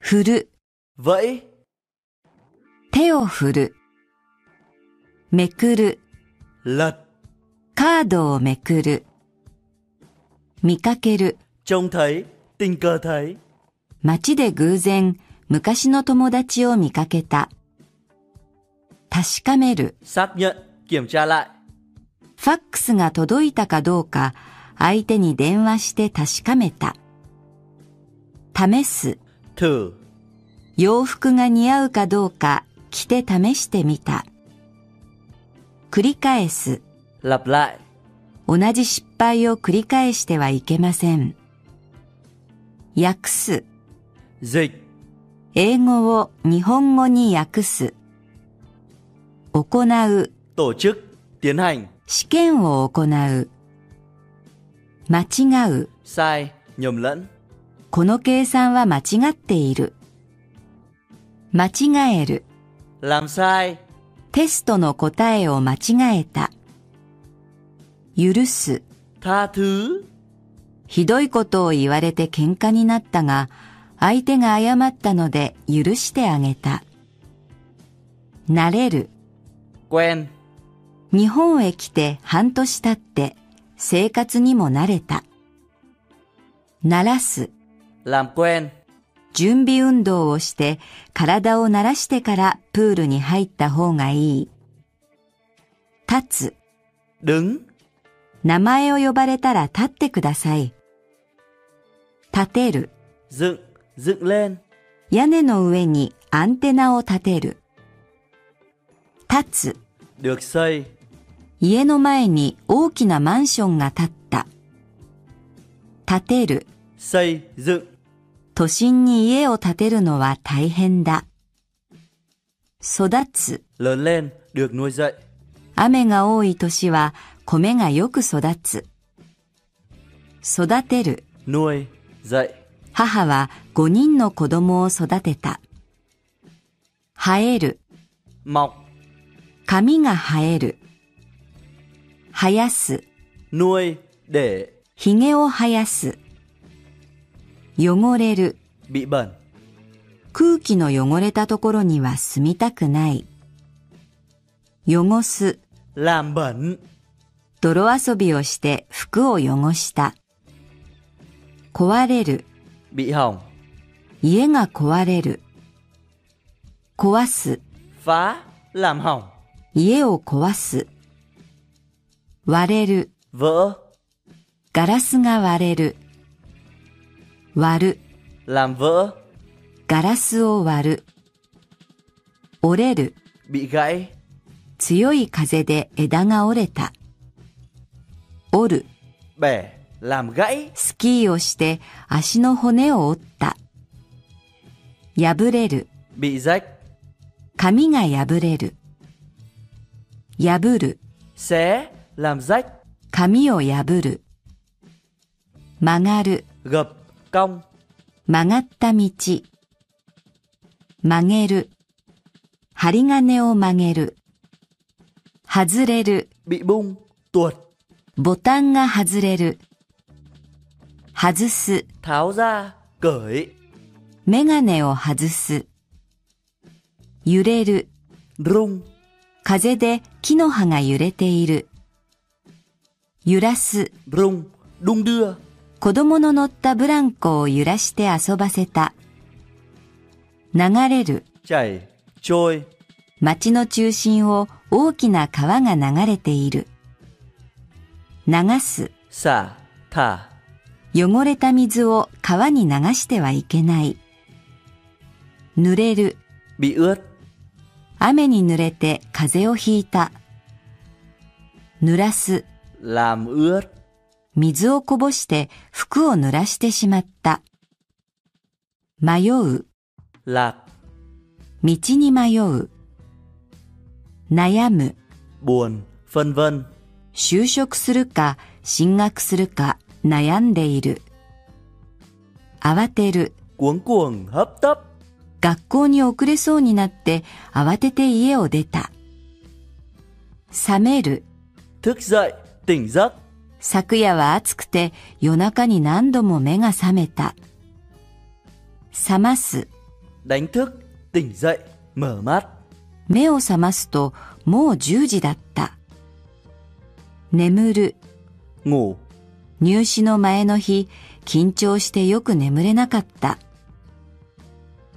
振る、
vẫy,
手を振る。めくる、
lật,
カードをめくる。見かける、
trông thấy, tình cờ thấy,
街で偶然、昔の友達を見かけた。確かめる、
xác nhận, kiểm tra lại,
ファックスが届いたかどうか、相手に電話して確かめた。試す、
thử,
洋服が似合うかどうか着て試してみた。繰り返す。
lặp lại,
同じ失敗を繰り返してはいけません。訳す。
dịch,
英語を日本語に訳す。行う。
tổ chức, tiến hành,
試験を行う。間違う。
sai, nhầm lẫn,
この計算は間違っている。間違える。
làm sai,
テストの答えを間違えた。許す。
tha thứ,
ひどいことを言われて喧嘩になったが、相手が謝ったので許してあげた。慣れる。
quen,
日本へ来て半年経って、生活にも慣れた。慣らす。
làm quen,
準備運動をして、体を慣らしてからプールに入った方がいい。立つ。
đứng,
名前を呼ばれたら立ってください。立てる。
dựng, dựng lên,
屋根の上にアンテナを立てる。立つ。
được xây,
家の前に大きなマンションが建った。建てる。
xây, dựng,
都心に家を建てるのは大変だ。育つ。
lớn lên, được nuôi dạy,
雨が多い年は米がよく育つ。育てる。
nuôi, dạy,
母は5人の子供を育てた。生える。
mọc,
髪が生える。生やす。
nuôi, để,
髭を生やす。汚れる。
bị bẩn,
空気の汚れたところには住みたくない。汚す。
làm bẩn,
泥遊びをして服を汚した。壊れる。
bị hỏng,
家が壊れる。壊す。
phá, làm hỏng,
家を壊す。割れる。
vỡ,
ガラスが割れる。割る。
làm vỡ,
ガラスを割る。折れる。
bị gãy,
強い風で枝が折れた。折る。
bẻ, làm gãy,
スキーをして足の骨を折った。破れる。
bị rách,
髪が破れる。破る。
xé, làm rách,
髪を破る。曲がる。
gập, cong,
曲がった道。曲げる。針金を曲げる。外れる。
bị bung, tuột,
ボタンが外れる。外す。
tháo ra, cởi,
メガネを外す。揺れる。
rung,
風で木の葉が揺れている。揺らす。
rung, đung đưa,
子供の乗ったブランコを揺らして遊ばせた。流れる。
chảy, trôi,
街の中心を大きな川が流れている。流す。
xả, thả,
汚れた水を川に流してはいけない。濡れる、
bị ướt,
雨に濡れて風邪をひいた。濡らす、
làm ướt,
水をこぼして服を濡らしてしまった。迷う、
lạc,
道に迷う。悩む、
buồn, vân vân,
就職するか進学するか悩んでいる。慌てる、
cuống cuồng, hấp tấp,
学校に遅れそうになって慌てて家を出た。冷める、
thức dậy, tỉnh giấc,
昨夜は暑くて夜中に何度も目が覚めた。覚ます、
đánh thức, tỉnh dậy, mở mắt,
目を覚ますともう10時だった。眠る、
ngủ,
入試の前の日、緊張してよく眠れなかった。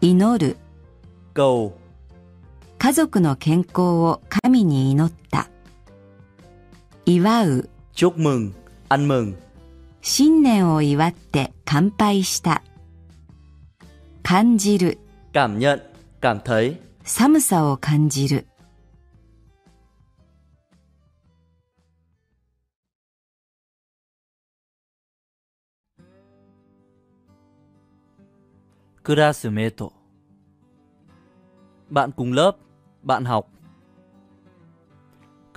祈る、
cầu,
家族の健康を神に祈った。祝う、
chúc mừng, ăn mừng,
新年を祝って乾杯した。感じる、
cảm nhận, cảm thấy,
寒さを感じる。
classmate, bạn cùng lớp, bạn học,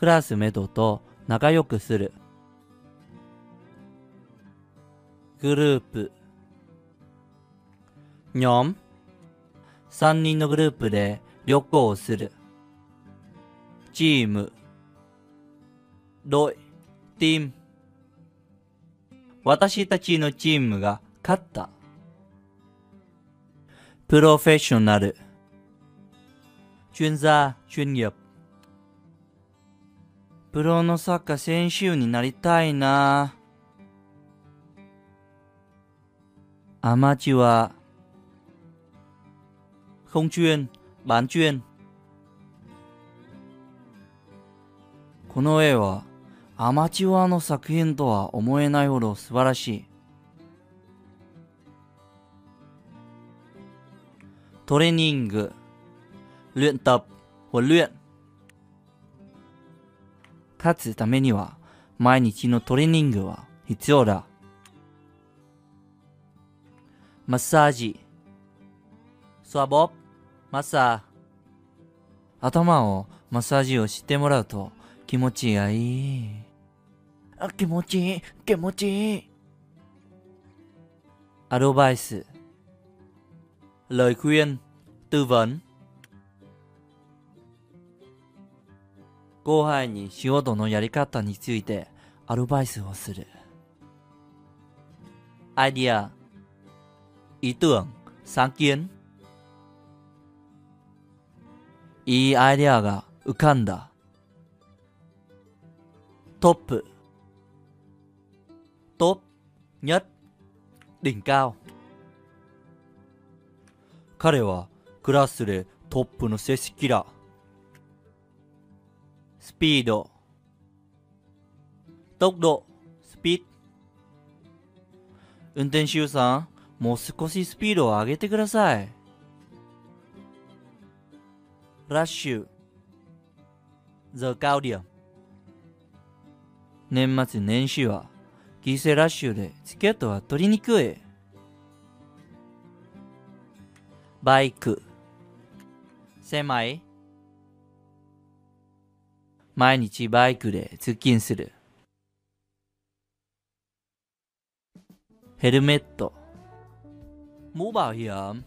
classmate と仲良くする、グループ、nhóm、3人のグループで旅行をする、チーム、đội、team、私たちのチームが勝った。プロフェッショナル chuyên gia, chuyên nghiệp プロのサッカー選手になりたいなアマチュア không chuyên, bán chuyên この絵はアマチュアの作品とは思えないほど素晴らしいトレーニング、luyện tập、huấn luyện。勝つためには、毎日のトレーニングは必要だ。マッサージ、スワボ、マッサー。頭をマッサージをしてもらうと気持ちがいい。あ、気持ちいい、気持ちいい。アドバイス。lời khuyên, tư vấn. 後輩に仕事のやり方についてアドバイスをする。アイディア、意tưởng、sáng kiến。いいアイディアが浮かんだ。トップ、トップ、nhất、đỉnh cao。彼はクラスでトップの成績だ。スピード。速度、スピッ。運転手さん、もう少しスピードを上げてください。ラッシュ。ザ・カウディア年末年始は、帰省ラッシュでチケットは取りにくい。バイク。狭い。毎日バイクで通勤する。ヘルメット。モバイアン。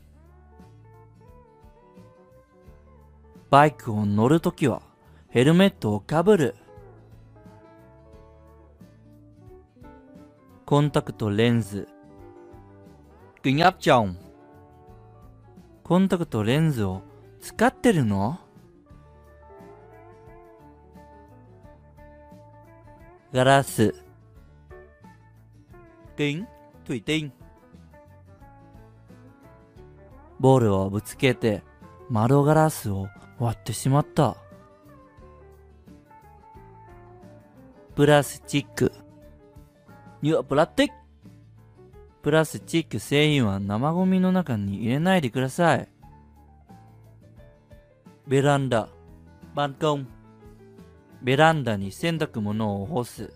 バイクを乗るときはヘルメットをかぶる。コンタクトレンズ。グニャプチョン。コンタクトレンズを使ってるのガラス kính, thủy tinh ボールをぶつけて窓ガラスを割ってしまったプラスチックいや、プラスチックプラスチック製品は生ゴミの中に入れないでください。ベランダ、バンコン。ベランダに洗濯物を干す。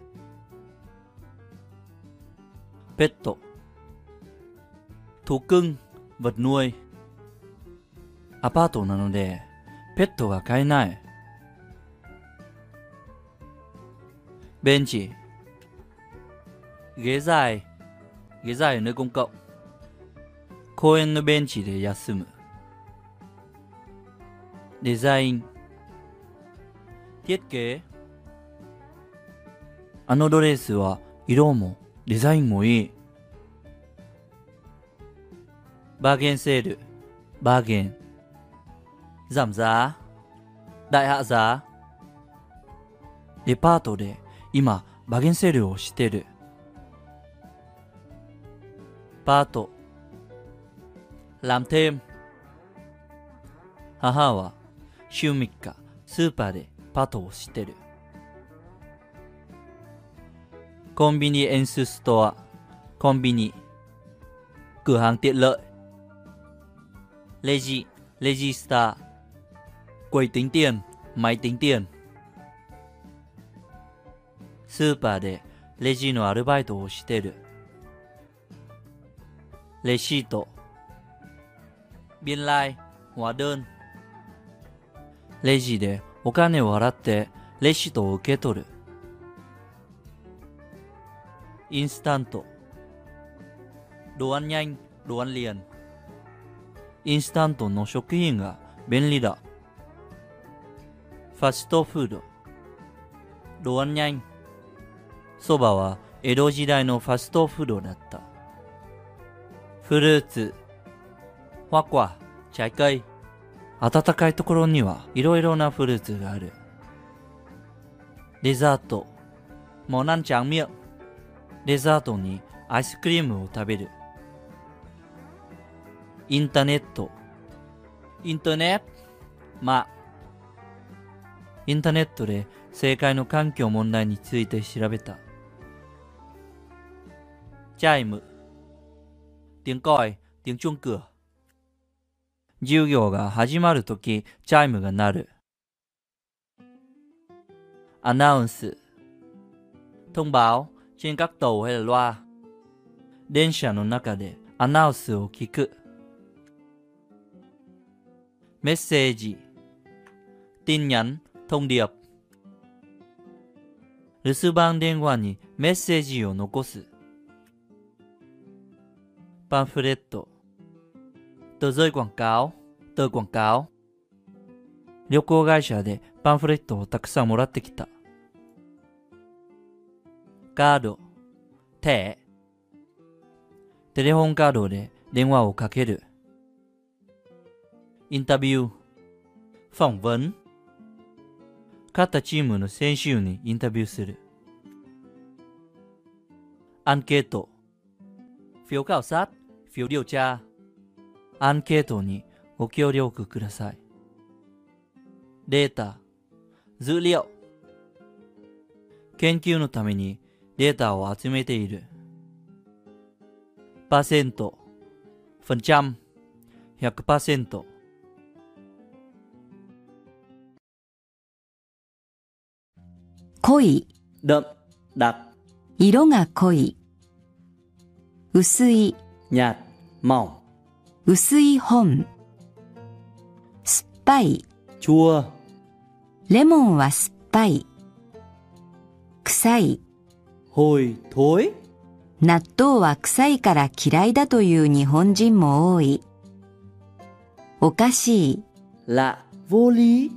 ペット。トクン、バッノイ。アパートなので、ペットが飼えない。ベンチ。ghế dài ghế dài ở nơi công cộng公園のベンチで休むデザイン設計あのドレスは色もデザインもいいバーゲンセールバーゲンgiảm giá đại hạ giáデパートで今バーゲンセールをしてるパート làm thêm 母は週3日スーパーでパートをしてるコンビニエンスストアコンビニ cửa hàng tiện lợi レジ register 柜tính tiền máy tính tiền スーパーでレジのアルバイトをしてるレシート biên lai hóa đơn レジでお金を払ってレシートを受け取るインスタント đồ ăn nhanh đồ ăn liền インスタントの食品が便利だファストフード đồ ăn nhanh そばは江戸時代のファストフードだったフルーツ、花瓜、茶cây。暖かいところにはいろいろなフルーツがある。デザート、モナンチャンミョ。デザートにアイスクリームを食べる。インターネット、インターネット、まあ。インターネットで正解の環境問題について調べた。チャイム、tiếng còi, tiếng chuông cửa. 授業が始まるとき、チャイムが鳴る。アナウンス thông báo trên các tàu hay là loa. 電車の中でアナウンスを聞く。メッセージ tin nhắn, thông điệp. 留守番電話にメッセージを残す。パンフレット tờ rơi quảng cáo ト ờ quảng cáo 旅行会社でパンフレットをたくさんもらってきたカード手テレホンカードで電話をかけるインタビュー訪問勝ったチームの選手にインタビューするアンケート phiếu khảo sát, phiếu điều tra. アンケートにご協力ください。データ、dữ liệu。研究のためにデータを集めている。パーセント、phần trăm、100%。
濃い、
đậm, đặc,
色が濃い。薄い、
nhạt, mỏng,
薄い本。酸っぱい、
chua,
レモンは酸っぱい。臭い、
hôi, thối,
納豆は臭いから嫌いだという日本人も多い。おかしい。
lạ, vô lý.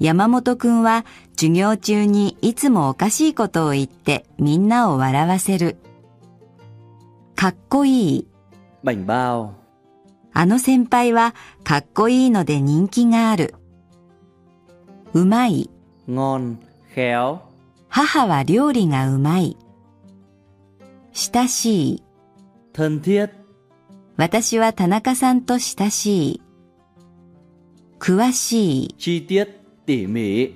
山本くんは授業中にいつもおかしいことを言ってみんなを笑わせる。かっこいい。
Bảnh bao,
あの先輩はかっこいいので人気がある。うまい。
ngon, khéo,
母は料理がうまい。親しい。
thân thiết,
私は田中さんと親しい。詳しい。
chi tiết, tỉ mỉ,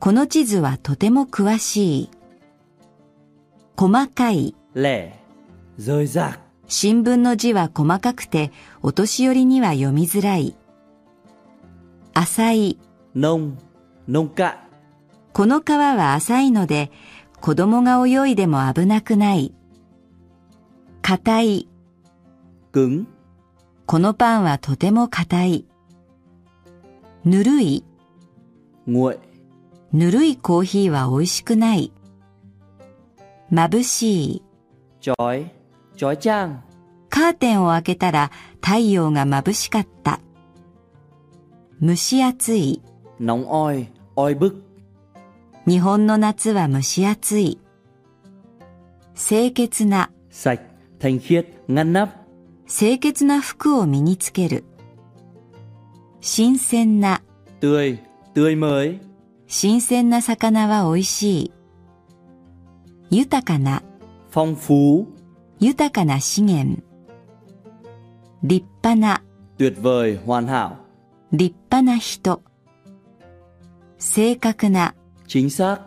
この地図はとても詳しい。細かい。
lẻ, rời rạc,
新聞の字は細かくて、お年寄りには読みづらい。浅い。
nông, nông cạn.
この川は浅いので、子供が泳いでも危なくない。硬い、
Cứng,
このパンはとても硬い。ぬるい、
nguội,
ぬるいコーヒーは美味しくない。眩しい、
chói, chói chang,
カーテンを開けたら太陽が眩しかった。蒸し暑い、
nóng oi, oi bức,
日本の夏は蒸し暑い。清潔な、
sạch, thanh khiết, ngăn nắp,
清潔な服を身につける。新鮮な、
tươi, tươi mới,
新鮮な魚は美味しい。豊かな、
phong phú,
豊かな資源。立派な、
tuyệt vời, hoàn hảo,
立派な人。正確な、
chính xác,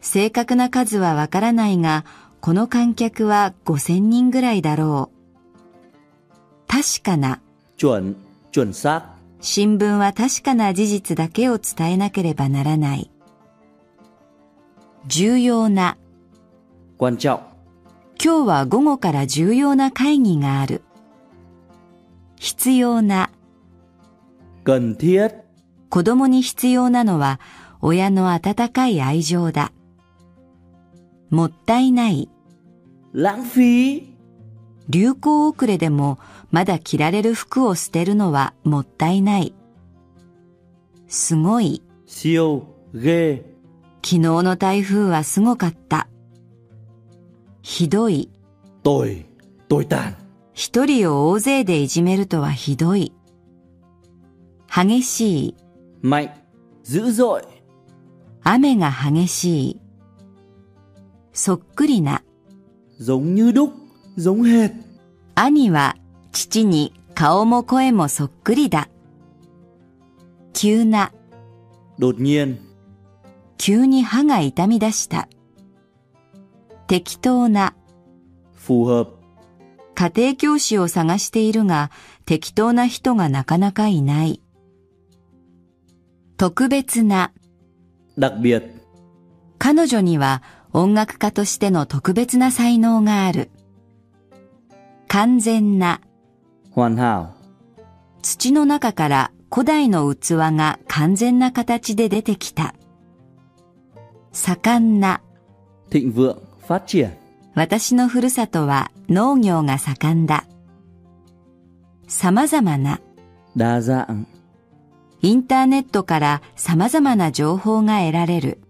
正確な数はわからないが、この観客は5000人ぐらいだろう。確かな、
chuẩn, chuẩn xác,
新聞は確かな事実だけを伝えなければならない。重要な、
quan trọng,
今日は午後から重要な会議がある。必要な、
cần thiết,
子供に必要なのは親の温かい愛情だ。もったいない、
lãng phí,
流行遅れでもまだ着られる服を捨てるのはもったいない。すごい、
siêu, ghê,
昨日の台風はすごかった。ひどい、
tồi, tồi tàn,
一人を大勢でいじめるとはひどい。激しい、
mạnh, dữ dội,
雨が激しい。そっくりな、
giống như đúc, giống hệt,
兄は父に顔も声もそっくりだ。急な、
đột nhiên,
急に歯が痛み出した。適当な、
phù hợp,
家庭教師を探しているが、適当な人がなかなかいない。特別な、
đặc biệt,
彼女には音楽家としての特別な才能がある。完全な、
hoàn hảo,
土の中から古代の器が完全な形で出てきた。盛んな、
thịnh vượng, phát triển,
私のふるさとは農業が盛んだ。様々な、
đa dạng,
インターネットから様々な情報が得られる。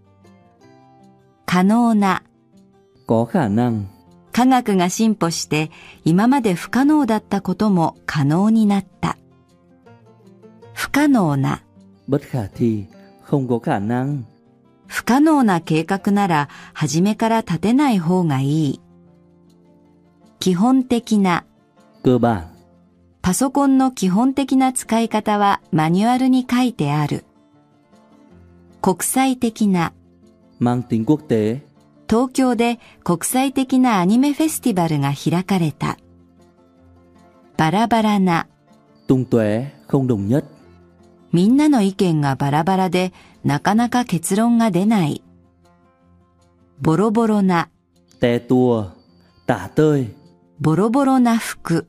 可能な、
có khả năng,
科学が進歩して今まで不可能だったことも可能になった。不可能な、
bất khả thi, không có khả năng,
不可能な計画なら初めから立てない方がいい。基本的な、
cơ bản,
パソコンの基本的な使い方はマニュアルに書いてある。国際的な、
mang tính quốc tế,
東京で国際的なアニメフェスティバルが開かれた。バラバラな、
tung tóe, không đồng nhất,
みんなの意見がバラバラでなかなか結論が出ない。ボロボロな、
te tua, tả tơi,
ボロボロな服。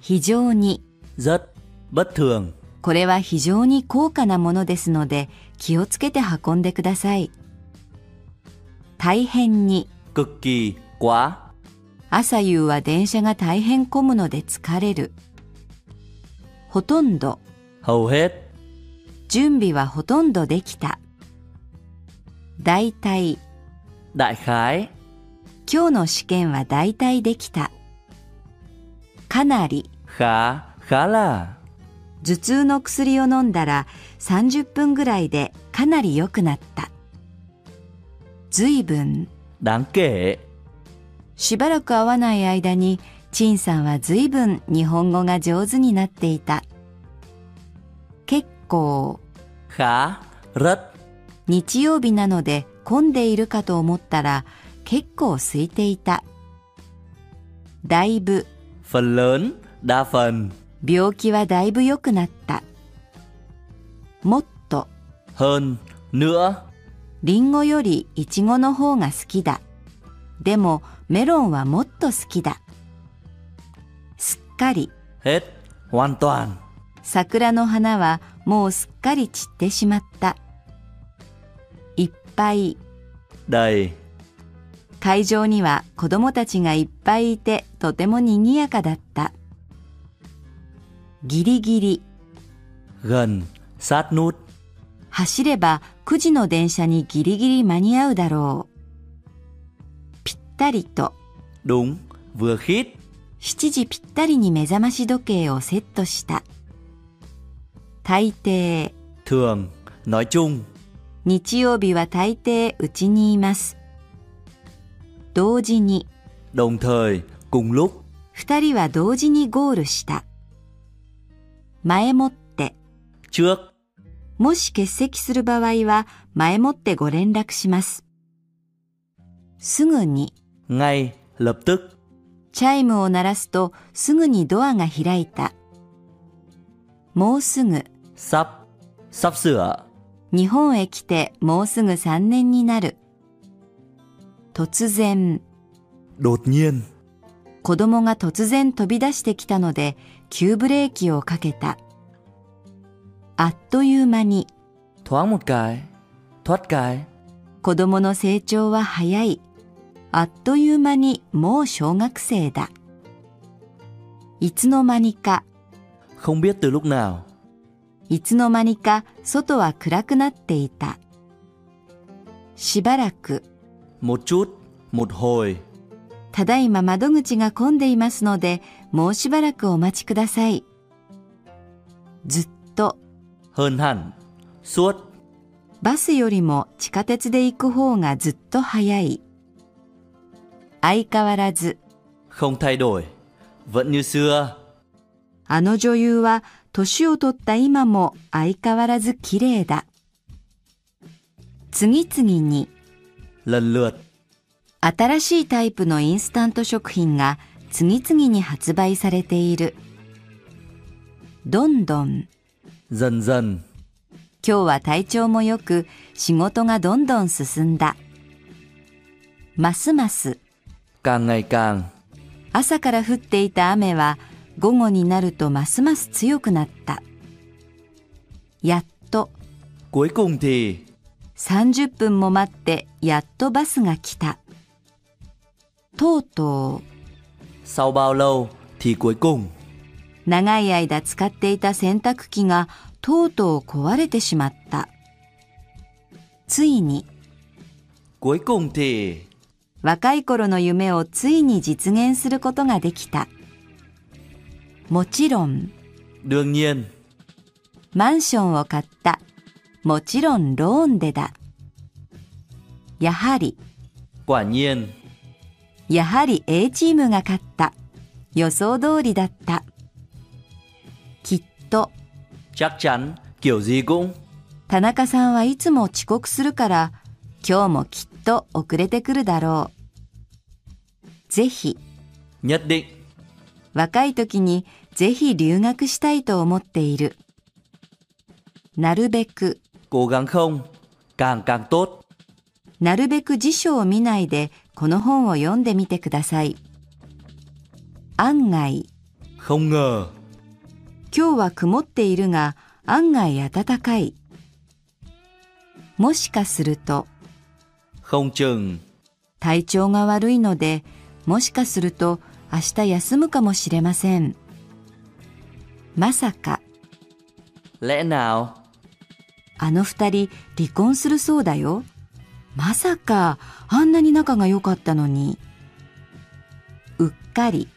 非常に、
rất, bất thường,
これは非常に高価なものですので気をつけて運んでください。大変に、
cực kỳ, quá,
朝夕は電車が大変混むので疲れる。ほとんど、
hầu hết,
準備はほとんどできた。大体、
đại khái,
今日の試験は大体できた。かなり、
khá, khá là,
頭痛の薬を飲んだら30分ぐらいでかなり良くなった。ずいぶん、
đáng kể,
しばらく会わない間に、陳さんはずいぶん日本語が上手になっていた。結構、
khá, rất,
日曜日なので混んでいるかと思ったら、結構空いていた。だいぶ、
phần lớn, đa phần,
病気はだいぶ良くなった。もっと、
hơn, nữa,
リンゴよりイチゴの方が好きだ。でもメロンはもっと好きだ。すっかり、
hết, hoàn toàn,
桜の花はもうすっかり散ってしまった。いっぱい、
đầy,
会場には子供たちがいっぱいいてとても賑やかだった。ギリギリ、
gần, sát nút,
走れば9時の電車にギリギリ間に合うだろう。ぴったりと、
đúng, vừa khít,
7時ぴったりに目覚まし時計をセットした。大抵、
thường, nói chung,
日曜日は大抵うちにいます。同時に、
đồng thời, cùng lúc,
二人は同時にゴールした。前もって、
trước,
もし欠席する場合は前もってご連絡します。すぐに、
ngay, lập tức,
チャイムを鳴らすとすぐにドアが開いた。もうすぐ、
sắp, sắp sửa,
日本へ来てもうすぐ3年になる。突然、
đột nhiên,
子供が突然飛び出してきたので急ブレーキをかけた。あっという間に
thoáng một cái, thoát cái,
子供の成長は早い。あっという間にもう小学生だ。いつの間にか、
không biết từ lúc nào,
いつの間にか外は暗くなっていた。しばらく、
một chút, một hồi,
ただいま窓口が混んでいますので、もうしばらくお待ちください。ずっと、
hơn hẳn, suốt,
バスよりも地下鉄で行く方がずっと早い。相変わらず、
không thay đổi, vẫn như xưa,
あの女優は年を取った今も相変わらず綺麗だ。次々に
lần lượt,
新しいタイプのインスタント食品が次々に発売されている。どんどん。
dần dần,
今日は体調も良く仕事がどんどん進んだ。ますます
càng ngày càng,
朝から降っていた雨は午後になるとますます強くなった。やっと
cuối cùng thì,
30分も待ってやっとバスが来た。とうと
sau bao lâu thì cuối cùng,
う長い間使っていた洗濯機がとうとう壊れてしまった。ついに
cuối cùng thì,
若い頃の夢をついに実現することができた。もちろん
đương nhiên,
マンションを買った。もちろんローンでだ。やはり、
quả nhiên,
やはり A チームが勝った。予想通りだった。きっと、
chắc chắn, kiểu gì cũng,
田中さんはいつも遅刻するから、今日もきっと遅れてくるだろう。ぜひ、
nhất định,
若い時にぜひ留学したいと思っている。なるべく、
cố gắng không, càng càng tốt,
なるべく辞書を見ないでこの本を読んでみてください。案外、
không ngờ,
今日は曇っているが案外暖かい。もしかすると
không chừng,
体調が悪いので、もしかすると明日休むかもしれません。まさか
lẽ nào,
あの二人離婚するそうだよ。まさかあんなに仲が良かったのに。うっかり。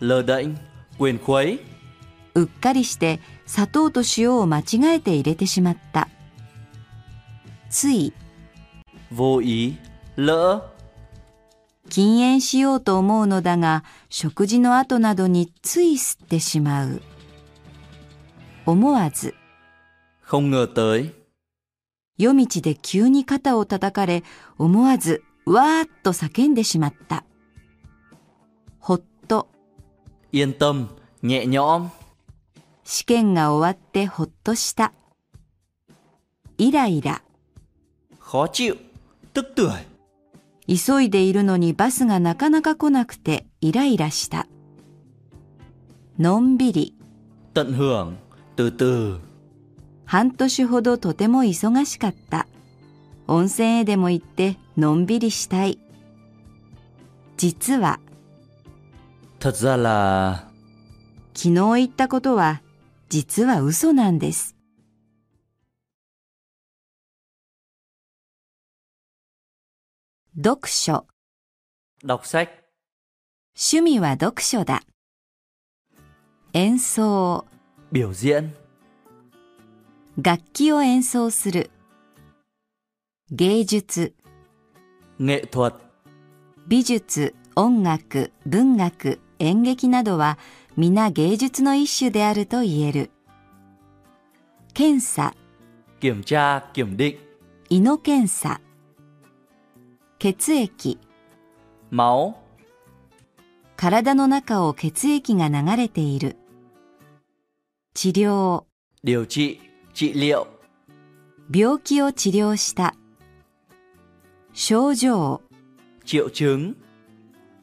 lờ đễnh, quyền khuấy,
うっかりして砂糖と塩を間違えて入れてしまった。つい
vô ý, lỡ,
禁煙しようと思うのだが、食事の後などについ吸ってしまう。思わず、
không ngờ tới,
夜道で急に肩を叩かれ、思わずわーっと叫んでしまった。ほっと、
yên tâm, nhẹ nhõm,
試験が終わってほっとした。イライラ、
khó chịu, tức tưởi,
急いでいるのにバスがなかなか来なくてイライラした。のんびり、
tận hưởng, từ từ,
半年ほどとても忙しかった。温泉へでも行ってのんびりしたい。実は、
thật ra là
昨日言ったことは実は嘘なんです。読書、
đọc sách,
趣味は読書だ。演奏、
biểu diễn,
楽器を演奏する。芸術、
nghệ thuật,
美術、音楽、文学、演劇などは皆芸術の一種であると言える。検査、
kiểm tra, kiểm định,
胃の検査血液
máu,
体の中を血液が流れている治療
điều trị, trị liệu,
病気を治療した症状
triệu chứng,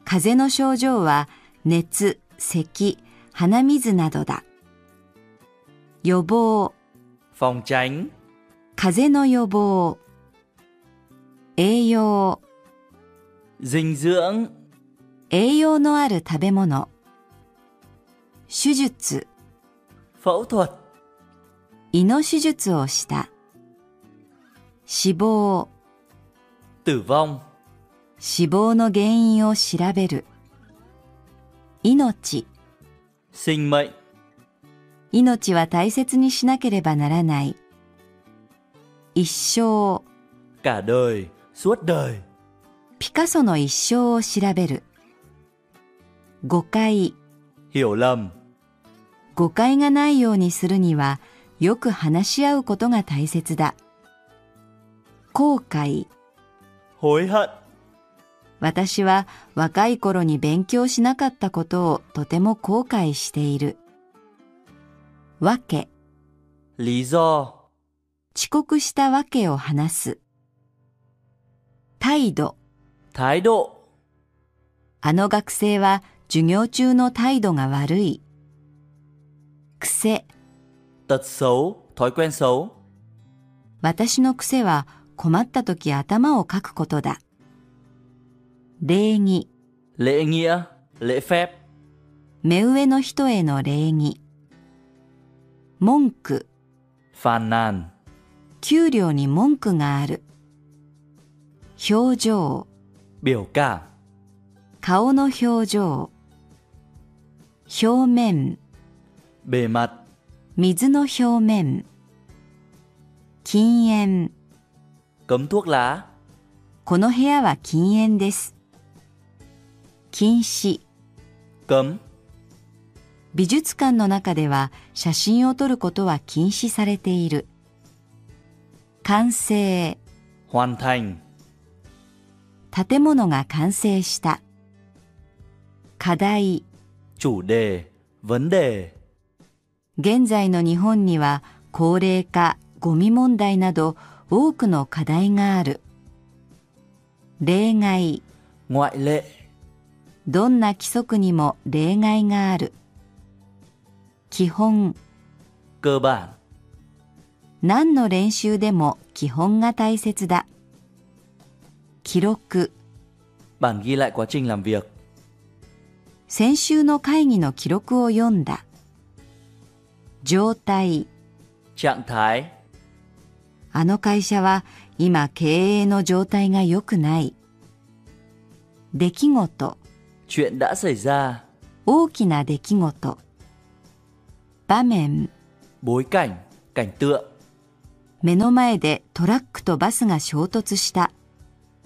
風邪の症状は熱咳鼻水などだ予防
phòng tránh,
風邪の予防栄養
dinh dưỡng,
栄養のある食べ物手術
phẫu thuật,
胃の手術をした。死亡、
tử vong,
死亡の原因を調べる。命、
sinh mệnh,
命は大切にしなければならない。一生、
cả đời, suốt đời,
ピカソの一生を調べる。誤解、
hiểu lầm,
誤解がないようにするには、よく話し合うことが大切だ。後悔、
hối hận,
私は若い頃に勉強しなかったことをとても後悔している。わけ、
lý do,
遅刻したわけを話す。態度、
thái độ,
あの学生は授業中の態度が悪い。癖、
tật xấu, thói quen xấu,
私の癖は困った時頭をかくことだ。礼儀、
lễ nghĩa, lễ phép,
目上の人への礼儀。文句、
phàn nàn,
給料に文句がある。表情、
biểu cảm,
顔の表情。表面、
bề mặt,
水の表面。禁煙、
cấm thuốc lá,
この部屋は禁煙です。禁止、
cấm,
美術館の中では写真を撮ることは禁止されている。完成、
hoàn thành,
建物が完成した。課題、
chủ đề, vấn đề,
現在の日本には高齢化、ゴミ問題など多くの課題がある。例外、
ngoại lệ,
どんな規則にも例外がある。基本、
cơ bản,
何の練習でも基本が大切だ。記録、
bản ghi lại quá trình làm việc,
先週の会議の記録を読んだ。状態、
trạng thái,
あの会社は今経営の状態が良くない。出来事、
chuyện đã xảy ra,
大きな出来事。場面、
bối cảnh, cảnh tượng,
目の前でトラックとバスが衝突した。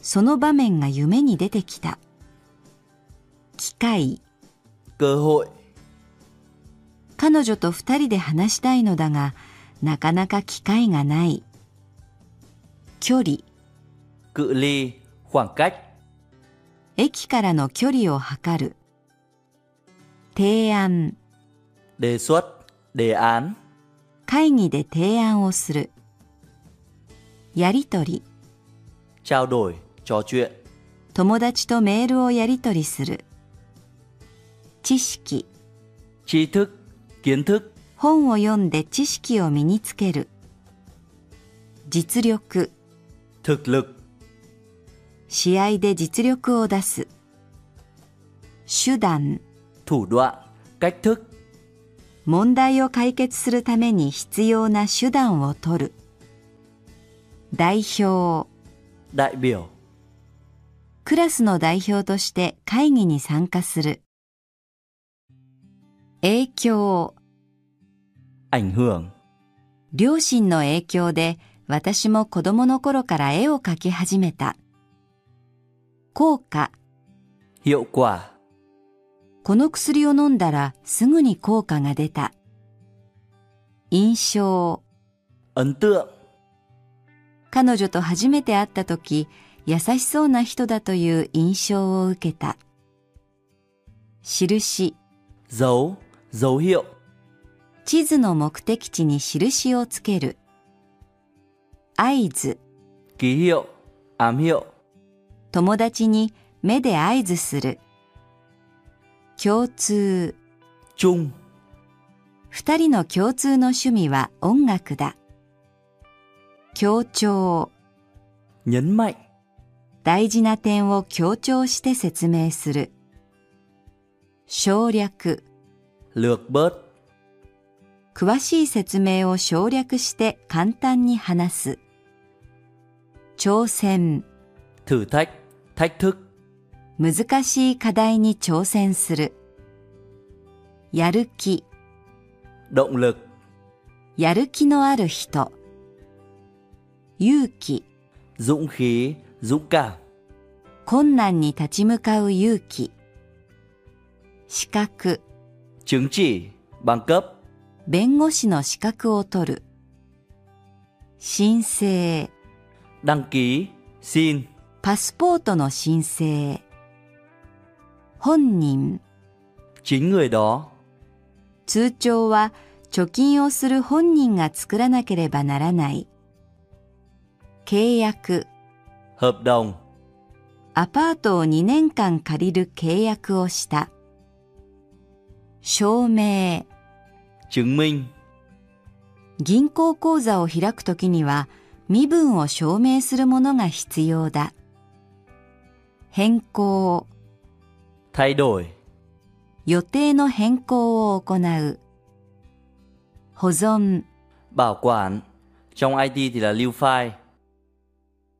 その場面が夢に出てきた。機会、
cơ hội,
彼女と二人で話したいのだが、なかなか機会がない。距離、
cự ly, khoảng cách,
駅からの距離を測る。提案、
đề xuất đề án
会議で提案をする。やりとり、
trao đổi trò chuyện
友達とメールをやりとりする。知識、
tri thức kiến thức
本を読んで知識を身につける。実力、
thực lực
試合で実力を出す。手段、
thủ đoạn cách thức
問題を解決するために必要な手段を取る。代表、
đại biểu
クラスの代表として会議に参加する。影響、
ảnh hưởng
両親の影響で私も子供の頃から絵を描き始めた。効果、
hiệu quả
この薬を飲んだらすぐに効果が出た。印象、
ấn tượng
彼女と初めて会った時、優しそうな人だという印象を受けた。印、
dấu dấu hiệu
地図の目的地に印をつける。合図、
ký hiệu ám hiệu
友達に目で合図する。共通、
chung
二人の共通の趣味は音楽だ。協調、
nhấn mạnh
大事な点を強調して説明する。省略、
lược bớt
詳しい説明を省略して簡単に話す。挑戦、
thử thách thách thức
難しい課題に挑戦する。やる気、
động lực
やる気のある人。勇気、
dũng khí dũng cảm
困難に立ち向かう勇気。資格、
chứng chỉ bằng cấp
弁護士の資格を取る。申請、
đăng ký xin
パスポートの申請。本人、
chính người đó
通帳は貯金をする本人が作らなければならない。契約、
hợp đồng
アパートを2年間借りる契約をした。証明、
chứng minh
銀行口座を開くときには身分を証明するものが必要だ。変更、
thay đổi
予定の変更を行う。保存、
bảo quản trong IT thì là lưu file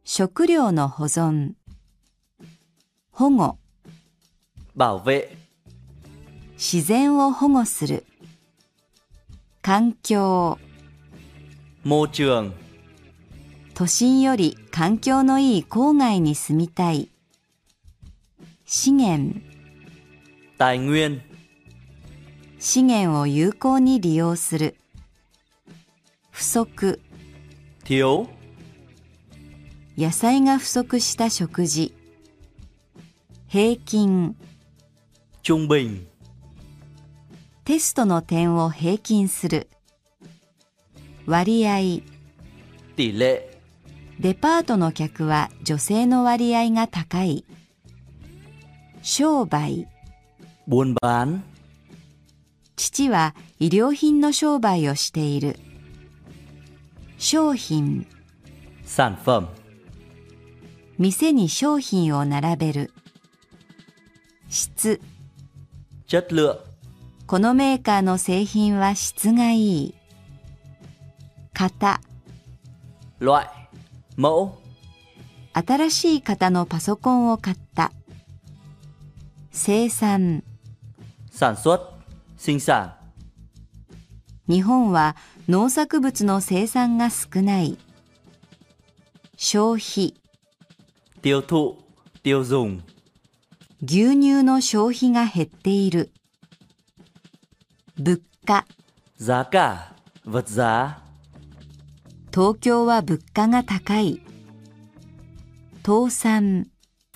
食料の保存。保護、
bảo vệ
自然を保護する。環境、
môi trường
都心より環境のいい郊外に住みたい。資源、
tài nguyên
資源を有効に利用する。不足、
thiếu
野菜が不足した食事。平均、
trung bình
テストの点を平均する。割合、
tỷ lệ
デパートの客は女性の割合が高い。商売、
buôn bán
父は医療品の商売をしている。商品、
sản phẩm
店に商品を並べる。質、
chất lượng
このメーカーの製品は質がいい。型、
loại mẫu
新しい型のパソコンを買った。生産、
sản xuất sinh sản
日本は農作物の生産が少ない。消費、
tiêu thụ tiêu dùng
牛乳の消費が減っている。物価、
giá cả vật giá
東京は物価が高い。倒産、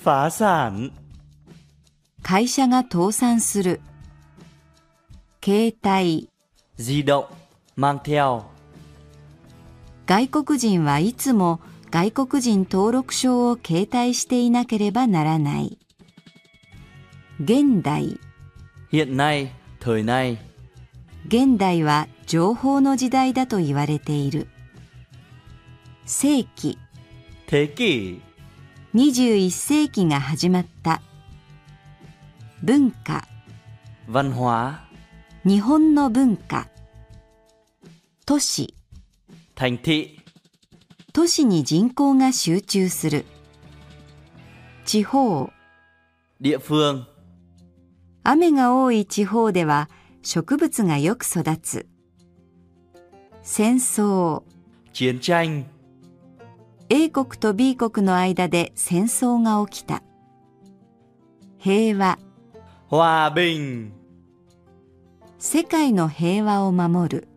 phá sản
会社が倒産する。携帯、
di động, mang theo,
外国人はいつも外国人登録証を携帯していなければならない。現代、
hiện nay, thời nay,
現代は情報の時代だと言われている。世紀、
thế kỷ,
21世紀が始まった。文化、
văn hóa,
日本の文化。都市、
thành thị,
都市に人口が集中する。地方、
địa phương,
雨が多い地方では植物がよく育つ。戦争、
chiến tranh,
A 国と B 国の間で戦争が起きた。平和、
hòa bình,
世界の平和を守る。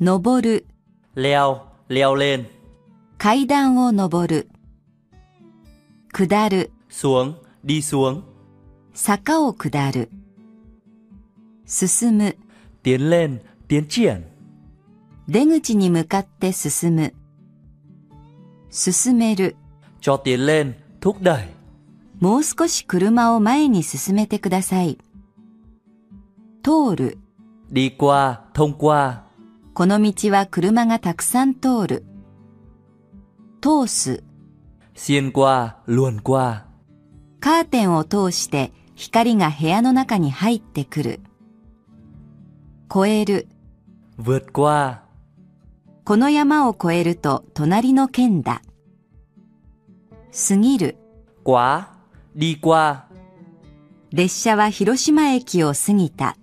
登る、
leo, leo lên,
階段を登る。下る、
xuống, đi xuống,
坂を下る。進む、
tiến lên, tiến triển,
出口に向かって進む。進める、
cho tiến lên, thúc đẩy,
もう少し車を前に進めてください。通る、
đi qua, thông qua,
この道は車がたくさん通る。通す、
xuyên qua, luồn qua,
カーテンを通して光が部屋の中に入ってくる。越える、
vượt qua,
この山を越えると隣の県だ。過ぎる、
quá, đi qua,
列車は広島駅を過ぎた。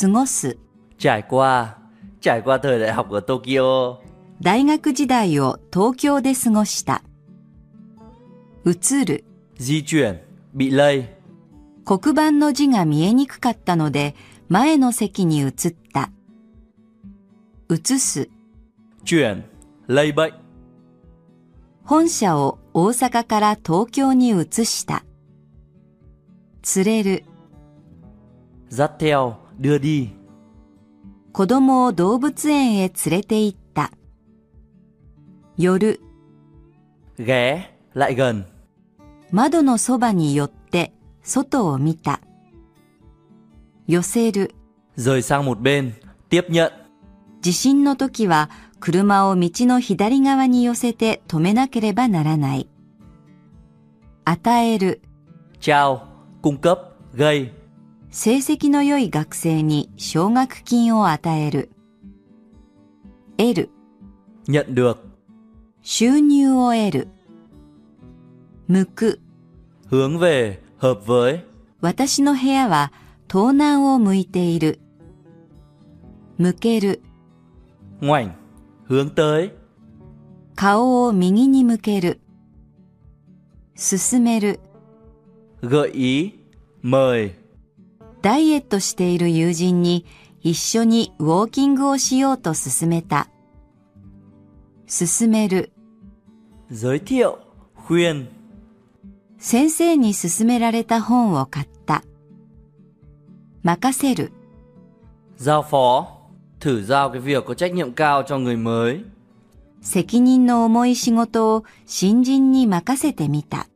過ごす、
trải qua, trải qua thời đại học ở Tokyo,
大学時代を東京で過ごした。移る、
di chuyển, bị lây,
黒板の字が見えにくかったので前の席に移った。移す、
chuyển, lây bệnh,
本社を大阪から東京に移した。連れる、
dắt theo, đưa đi,
子供を動物園へ連れて行った。夜、
ghé, lại gần,
窓のそばに寄って外を見た。寄せる、
rời sang một bên, tiếp nhận,
地震の時は車を道の左側に寄せて止めなければならない。与える、
trao, cung cấp, gây,
成績の良い学生に奨学金を与える。得る、
nhận được,
収入を得る。向く、
hướng về, hợp với,
私の部屋は東南を向いている。向ける、
ngoảnh, hướng tới,
顔を右に向ける。進める、
gợi ý, mời,
ダイエットしている友人に一緒にウォーキングをしようと勧めた。進める、
giới thiệu, khuyên,
先生に勧められた本を買った。任せる、
giao phó, thử giao cái việc có trách nhiệm cao cho người mới,
責任の重い仕事を新人に任せてみた。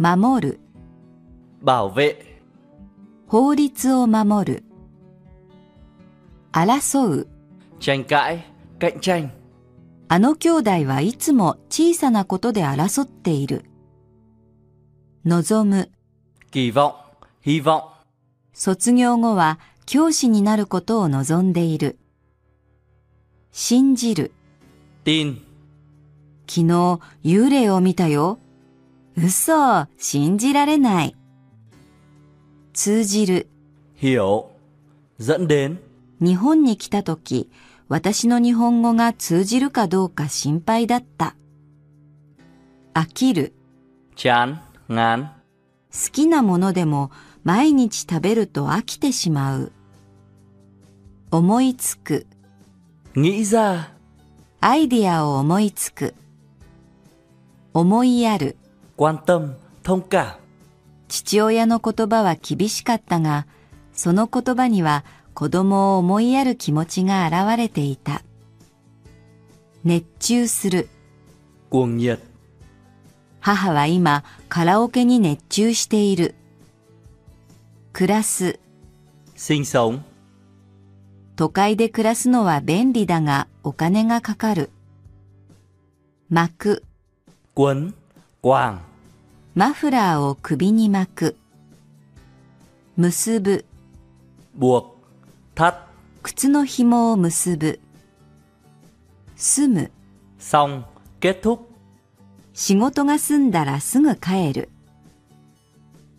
守る、
bảo vệ,
法律を守る。争う、
tranh cãi, cạnh tranh,
あの兄弟はいつも小さなことで争っている。望む、
kỳ vọng, hy vọng,
卒業後は教師になることを望んでいる。信じる、
tin,
昨日幽霊を見たよ。嘘、信じられない。通じる、
hiểu, dẫn đến,
日本に来た時、私の日本語が通じるかどうか心配だった。飽きる、
chán,
好
ngán,
きなものでも毎日食べると飽きてしまう。思いつく、
nghĩ ra
アイディアを思いつく。思いやる、
quan tâm thông cảm
父親の言葉は厳しかったが、その言葉には子供を思いやる気持ちが現れていた。熱中する。
cuồng nhiệt
母は今カラオケに熱中している。暮らす。
sinh sống
都会で暮らすのは便利だがお金がかかる。巻く。
quấn quàng
マフラーを首に巻く。結ぶ。
buộc thắt
靴の紐を結ぶ。住む。
xong kết thúc
仕事が済んだらすぐ帰る。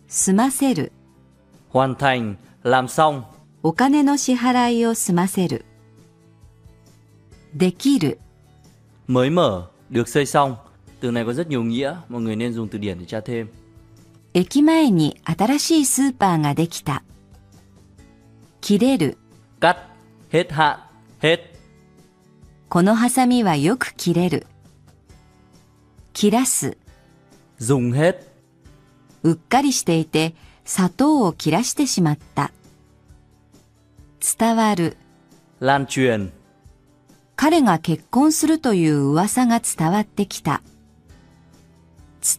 済ませる。
hoàn thành làm xong
お金の支払いを済ませる。できる。
mới mở được xây xong từ này có rất nhiều nghĩa mọi người nên dùng từ điển để tra thêm
駅前に新しいスーパーができた。切れる。
cắt hết hạn hết
このハサミはよく切れる。切らす。
dùng hết
うっかりしていて砂糖を切らしてしまった。伝わる。
lan truyền
彼が結婚するという噂が伝わってきた。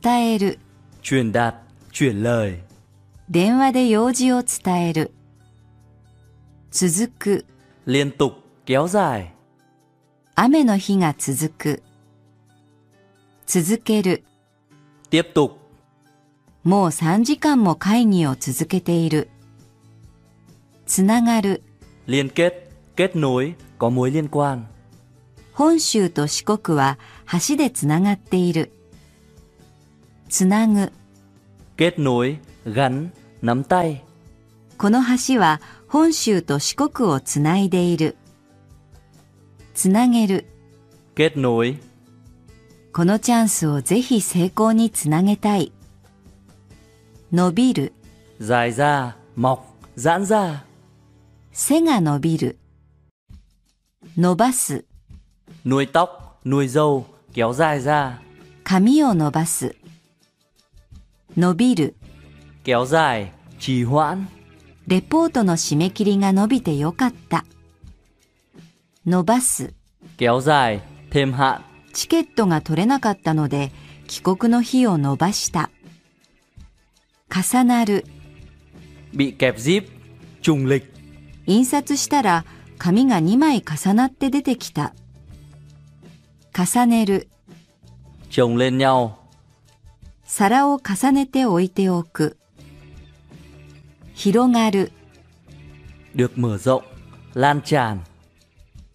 伝える。
truyền đạt chuyển lời
電話で用事を伝える。続く。
liên tục kéo dài
雨の日が続く。続ける。
tiếp tục
もう3時間も会議を続けている。つながる。
liên kết kết nối có mối liên quan
本州と四国は橋でつながっている。つなぐ。
kết nối gắn nắm tay
この橋は本州と四国をつないでいる。つなげる。
kết nối
このチャンスをぜひ成功につなげたい。伸びる。
dài ra mọc giãn ra
背が伸びる。伸ばす。
nuôi tóc nuôi râu kéo dài ra
髪を伸ばす。伸びる。
kéo dài trì hoãn
レポートの締め切りが伸びてよかった。伸ばす。
kéo dài thêm hạn
チケットが取れなかったので、帰国の日を伸ばした。重なる。
bị kẹp zip trùng lịch
印刷したら、紙が2枚重なって出てきた。重ねる。
chồng lên nhau
皿を重ねて置いておく。広がる。
được mở rộng lan tràn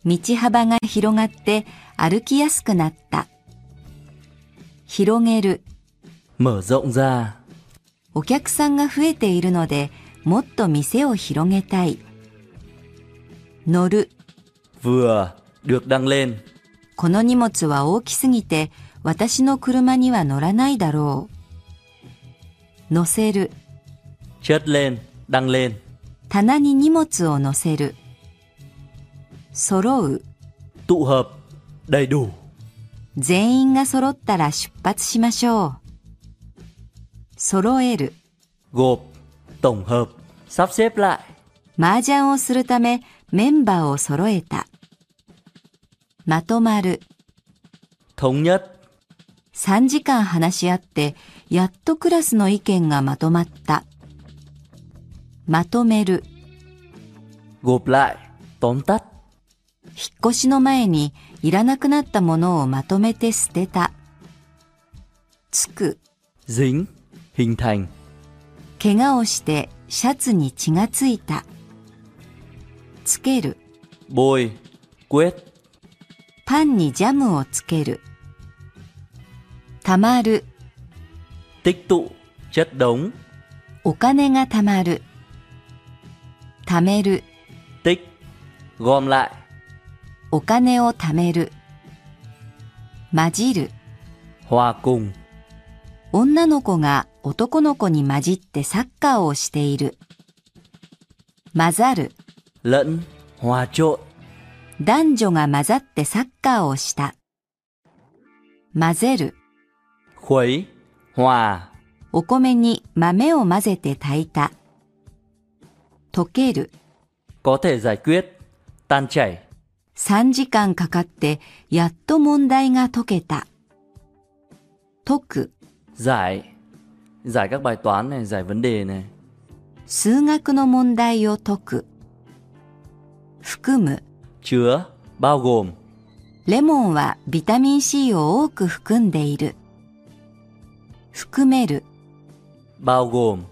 道幅が広がって歩きやすくなった。広げる。
mở rộng ra
お客さんが増えているので、もっと店を広げたい。乗る。
vừa được đăng lên
この荷物は大きすぎて、私の車には乗らないだろう。乗せる。
chất lên đăng lên
棚に荷物を乗せる。揃う。
tụ hợp đầy đủ
全員が揃ったら出発しましょう。揃える。
gộp tổng hợp sắp xếp lại
麻雀をするためメンバーを揃えた。まとまる。
thống nhất
3時間話し合って、やっとクラスの意見がまとまった。まとめる。
gộp lại tóm tắt
引っ越しの前にいらなくなったものをまとめて捨てた。つく。
dính hình thành
怪我をしてシャツに血がついた。つける。
bôi quét
パンにジャムをつける。たまる。
tích tụ chất đống
お金が貯まる。貯める。
tích gom lại
お金を貯める。混じる。
hòa cùng
同女の子が男の子に混じってサッカーをしている。混ざる、
lẫn, hòa trộn,
男女が混ざってサッカーをした。混ぜる、
khuấy, hòa,
お米に豆を混ぜて炊いた。溶ける、
có thể giải quyết, tan chảy,
3時間かかってやっと問題が解けた。解く、
giải, giải các bài toán này, giải vấn đề này,
数学の問題を解く。含む、
chứa, bao gồm,
レモンはビタミン C を多く含んでいる。含める、
bao gồm,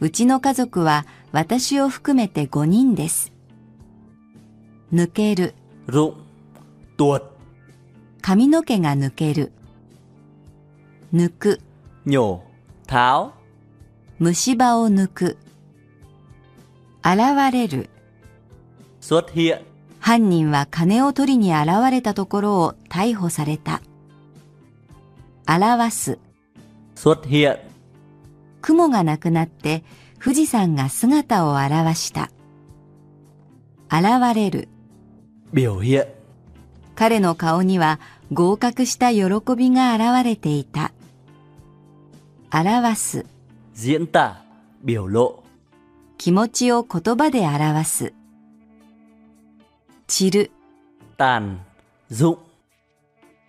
うちの家族は私を含めて5人です。抜ける、
rụng, tuột,
髪の毛が抜ける。抜く、
nhổ, tháo,
虫歯を抜く。現れる、
xuất hiện,
犯人は金を取りに現れたところを逮捕された。表す、
xuất hiện,
雲がなくなって富士山が姿を現した。現れる、
biểu hiện,
彼の顔には合格した喜びが現れていた。表す、
diễn tả, biểu lộ,
気持ちを言葉で表す。散る、
tàn, rụng,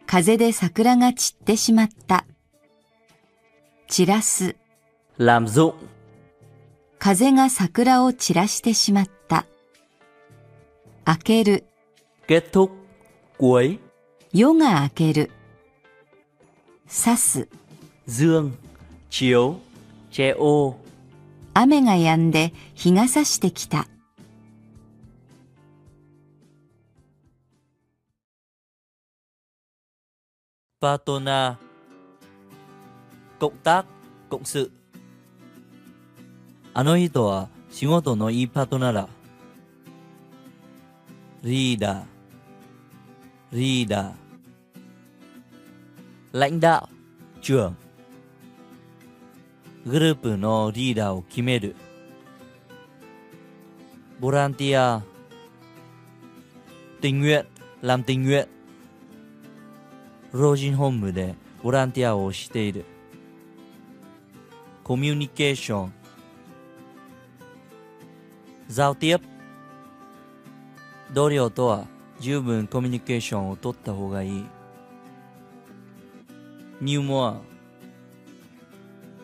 風で桜が散ってしまった。散らす、
làm rụng,
風が桜を散らしてしまった。開ける、
kết thúc, cuối,
夜が明ける。刺す、
dương, chiếu, che ô,
雨が止んで日が差してきた。
partner cộng tác cộng sự あの人は仕事のいいパートナーだリーダーリーダー lãnh đạo trưởng グループのリーダーを決めるボランティア tình nguyện làm tình nguyện 老人本部でボランティアをしている。コミュニケーション。giao tiếp。同僚とは十分コミュニケーションを取った方がいい。入門。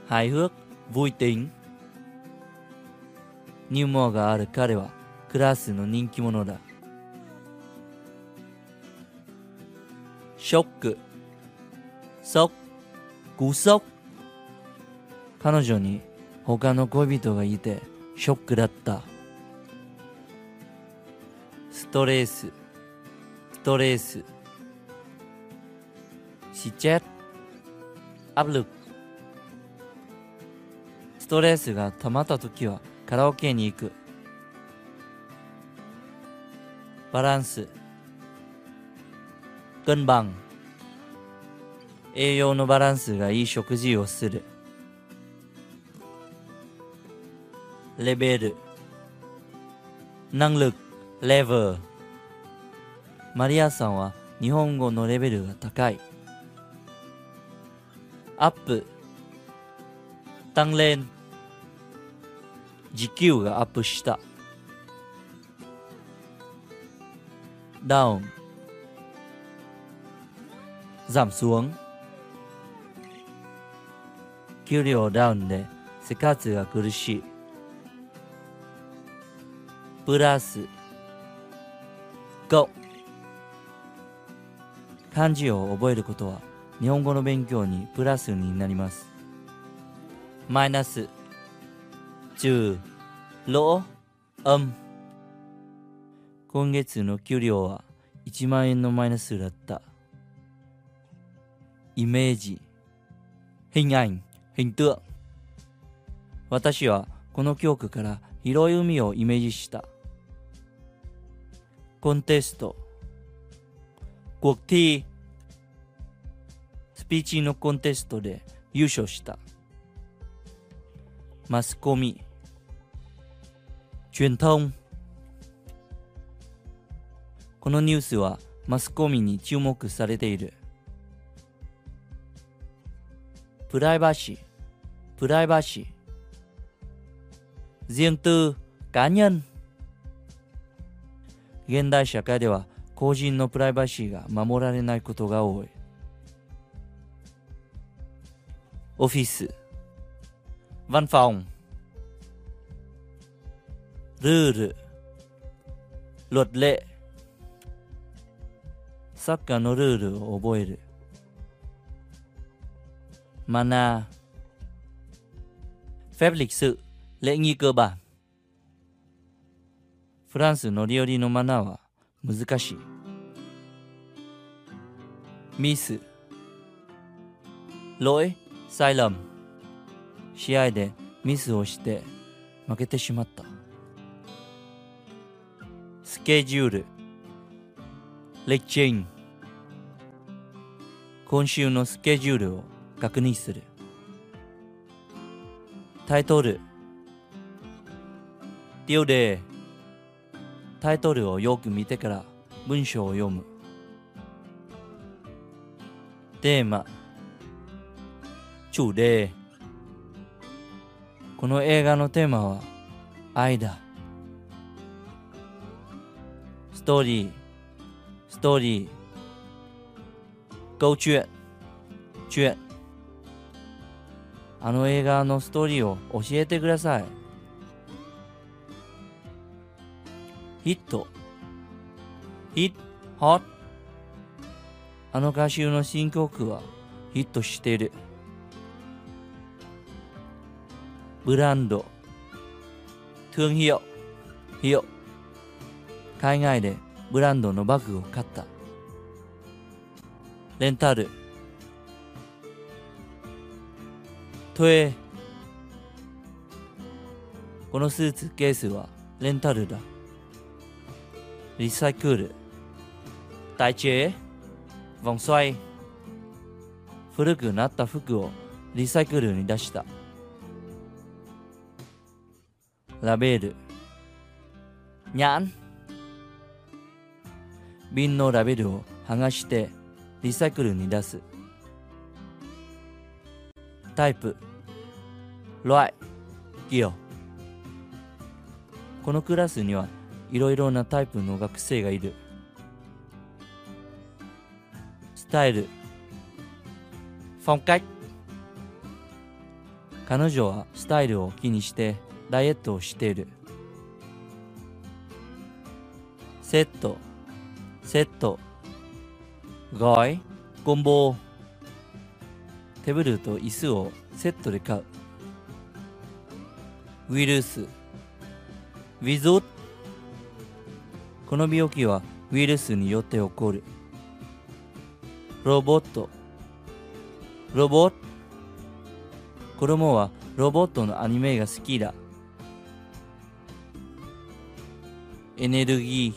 hài hước、vui tính。入門がある彼はクラスの人気者だ。ショック。そっ。ぐそっ。彼女に他の恋人がいてショックだった。ストレース。ストレース。しちゃ。アブル。ストレスが溜まった時はカラオケに行く。バランス。cân bằng 栄養のバランスがいい食事をするレベル能力レベルマリアさんは日本語のレベルが高いアップ鍛錬時給がアップしたダウン giảm xuống 給料ダウンで生活が苦しいプラス5漢字を覚えることは日本語の勉強にプラスになりますマイナス10ローン今月の給料は1万円のマイナスだったイメージ hình ảnh hình tượng 私はこの教区から広い海をイメージしたコンテスト cuộc thi スピーチのコンテストで優勝した。マスコミ、truyền thông。このニュースはマスコミに注目されている。プライバシー、プライバシー。riêng tư, cá nhân。現代社会では個人のプライバシーが守られないことが多い。オフィス、văn phòng。ルール、luật lệ。サッカーのルールを覚える。マナー。phép lịch sự、礼儀cơ bản。フランス乗り降りのマナーは難しい。ミス。lỗi、sai lầm。試合でミスをして負けてしまった。スケジュール。lịch trình。今週のスケジュールを確認する。タイトル。tiêu đề。タイトルをよく見てから文章を読む。テーマ。主題。この映画のテーマは愛だ。ストーリー、ストーリー。câu chuyện, chuyện。あの映画のストーリーを教えてください。ヒット。ヒット、ホット。あの歌集の新曲はヒットしている。ブランド。thương hiệu、hiệu。海外でブランドのバッグを買った。レンタル。えこのスーツケースはレンタルだ。リサイクル。体制 vòng xoay。古くなった服をリサイクルに出した。ラベル。にゃん。瓶のラベルを剥がしてリサイクルに出す。タイプ。loại。kiểu。このクラスにはいろいろなタイプの学生がいる。スタイル。phong cách。彼女はスタイルを気にしてダイエットをしている。セット、セット。gói、コンボ。テーブルと椅子をセットで買う。ウイルス、ウィズオッこの病気はウイルスによって起こる。ロボット。ロボット。子供はロボットのアニメが好きだ。エネルギ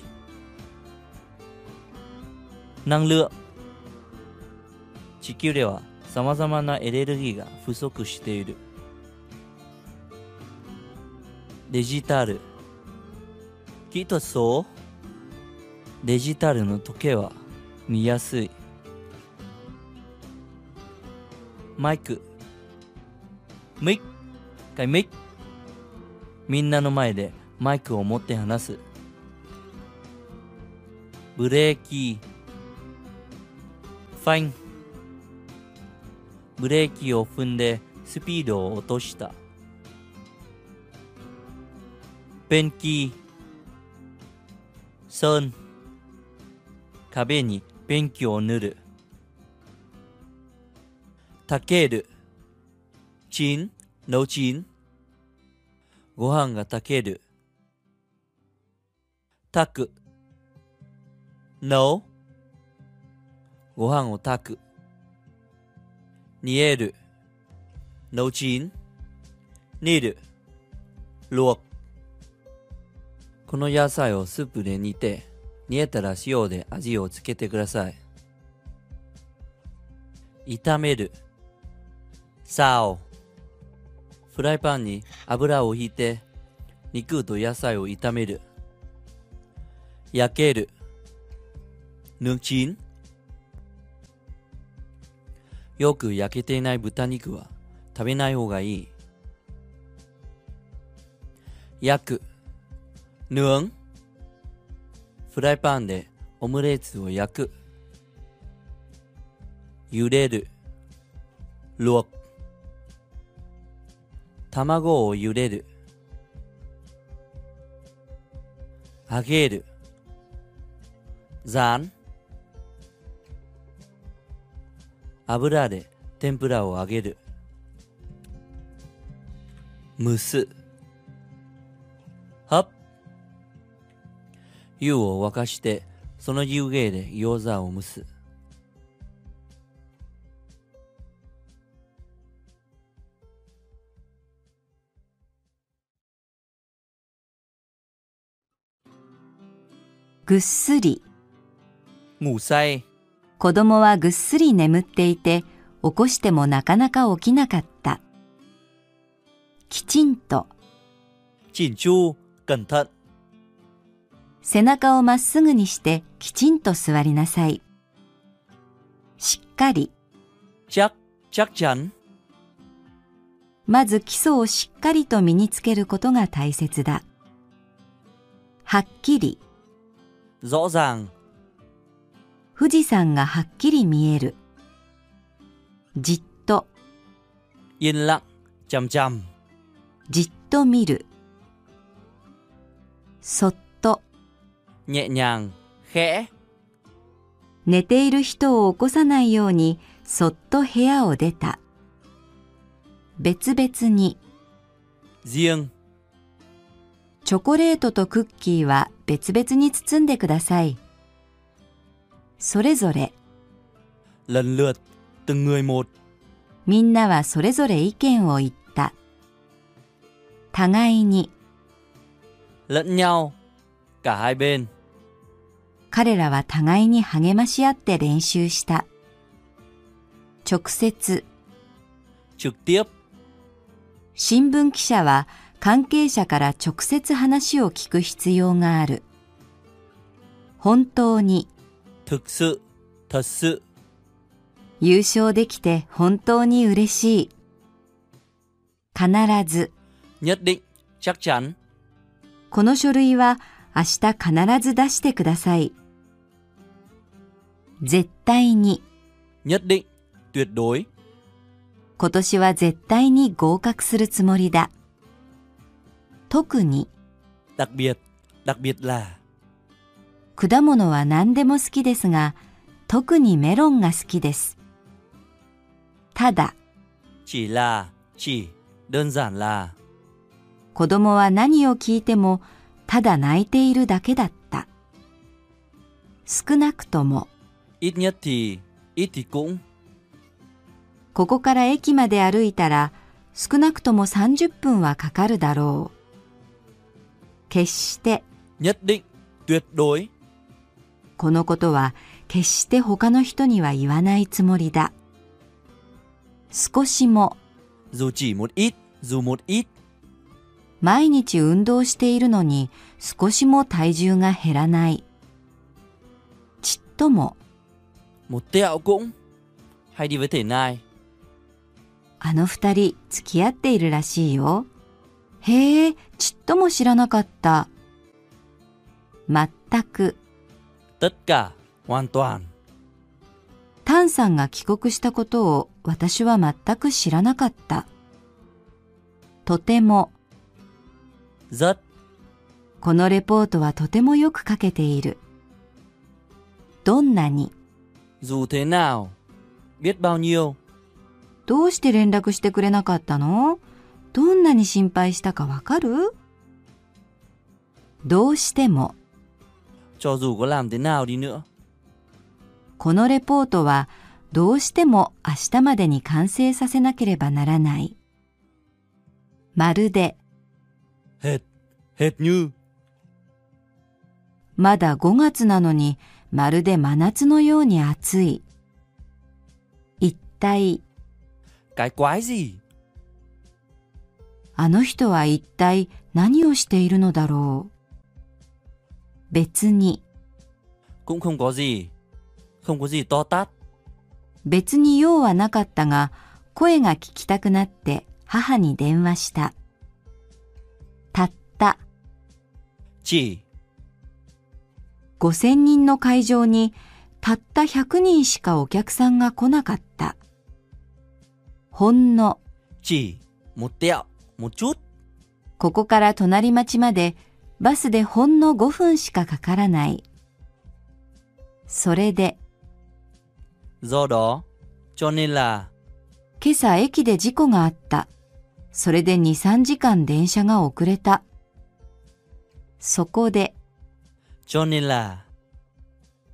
ー。năng lượng。地球では様々なエネルギーが不足している。デジタル。きっとそうデジタルの時計は見やすい。マイク。ミッかいミッみんなの前でマイクを持って話す。ブレーキ。ファイン。ブレーキを踏んでスピードを落とした。ペンキー。sơn 壁にペンキを塗るたけるちんのちんご飯が炊ける炊くのご飯を炊く煮えるのちん煮るろくこの野菜をスープで煮て、煮えたら塩で味をつけてください。炒める。 sao フライパンに油をひいて肉と野菜を炒める焼ける nướng chín よく焼けていない豚肉は食べない方がいい焼く nướng フライパンでオムレツを焼く茹でる luộc 卵を茹でる揚げるざん油で天ぷらを揚げる蒸すはっ湯を沸かしてその湯気で餃子を蒸す
ぐっすり。
ngủ say
子供はぐっすり眠っていて、起こしてもなかなか起きなかった。きちんと、
chỉn chu cẩn thận
背中をまっすぐにしてきちんと座りなさい。しっかり、
chắc chắc chắn
まず基礎をしっかりと身につけることが大切だ。はっきり、
rõ ràng
富士山がはっきり見える。じっと、
yên lặng chằm chằm
じっと見る。そっと、
nhẹ nhàng khẽ
寝ている人を起こさないように、そっと部屋を出た。別々に、
riêng
チョコレートとクッキーは別々に包んでください。それぞれ、
lần lượt từng người một
みんなはそれぞれ意見を言った。互いに、
lẫn nhau cả hai bên
彼らは互いに励まし合って練習した。直接、
trực tiếp
新聞記者は関係者から直接話を聞く必要がある。本当に、
thực sự thật sự
優勝できて本当に嬉しい。必ず、
nhất định chắc chắn
この書類は明日必ず出してください。絶対に、
nhất định tuyệt đối
今年は絶対に合格するつもりだ。特に、
đặc biệt đặc biệt là
果物は何でも好きですが、特にメロンが好きです。ただ、
chỉ là chỉ đơn giản là
子供は何を聞いても、ただ泣いているだけだった。少なくとも、
ít nhất thì ít thì cũng
ここから駅まで歩いたら、少なくとも30分はかかるだろう。決して、
nhất định tuyệt đối
このことは決して他の人には言わないつもりだ。少しも
dù chỉ một ít dù một ít
毎日運動しているのに少しも体重が減らない。ちっとも
một tẹo cũng hay đi với thể nai
あの二人付き合っているらしいよ。へえ、ちっとも知らなかった。全く、
tất cả hoàn toàn
タンさんが帰国したことを私は全く知らなかった。とても、
rất
このレポートはとてもよく書けている。どんなに、
dù thế nào biết bao nhiêu
どうして連絡してくれなかったのどんなに心配したかわかるどうしても、
cho dù có làm thế nào đi nữa
このレポートはどうしても明日までに完成させなければならない。まるで、
hệt hệt như
まだ5月なのに、まるで真夏のように暑い。一体、
Cái quái gì?
あの人は一体何をしているのだろう。別に、
Cũng không có gì. Không có gì to tát.
別に用はなかったが、声が聞きたくなって母に電話した。たった
Chỉ
5000人の会場にたった100人しかお客さんが来なかった。ほんの、
chỉ một tẹo, một chút.
ここから隣町までバスでほんの5分しかかからない。それで、
Do đó, cho nên là
今朝駅で事故があった。それで2、3時間電車が遅れた。そこで、
cho nên là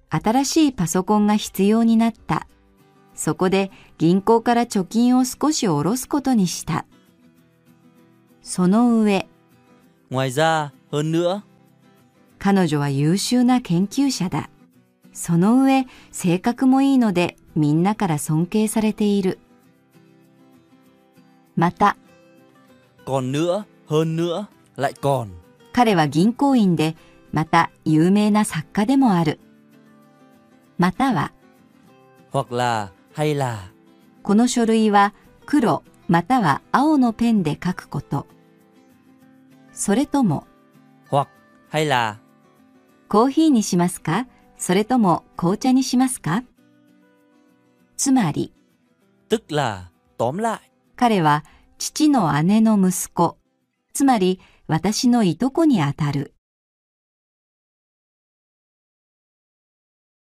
新しいパソコンが必要になった。そこで銀行から貯金を少し下ろすことにした。その上、
ngoài ra hơn nữa
彼女は優秀な研究者だ。その上、性格もいいので、みんなから尊敬されている。また、
còn nữa hơn nữa lại còn
彼は銀行員で、また有名な作家でもある。または、
hoặc là hay là
この書類は黒または青のペンで書くこと。それとも、
hoặc hay là
コーヒーにしますかそれとも紅茶にしますかつまり、
tức là tóm lại
彼は父の姉の息子、つまり私のいとこにあたる。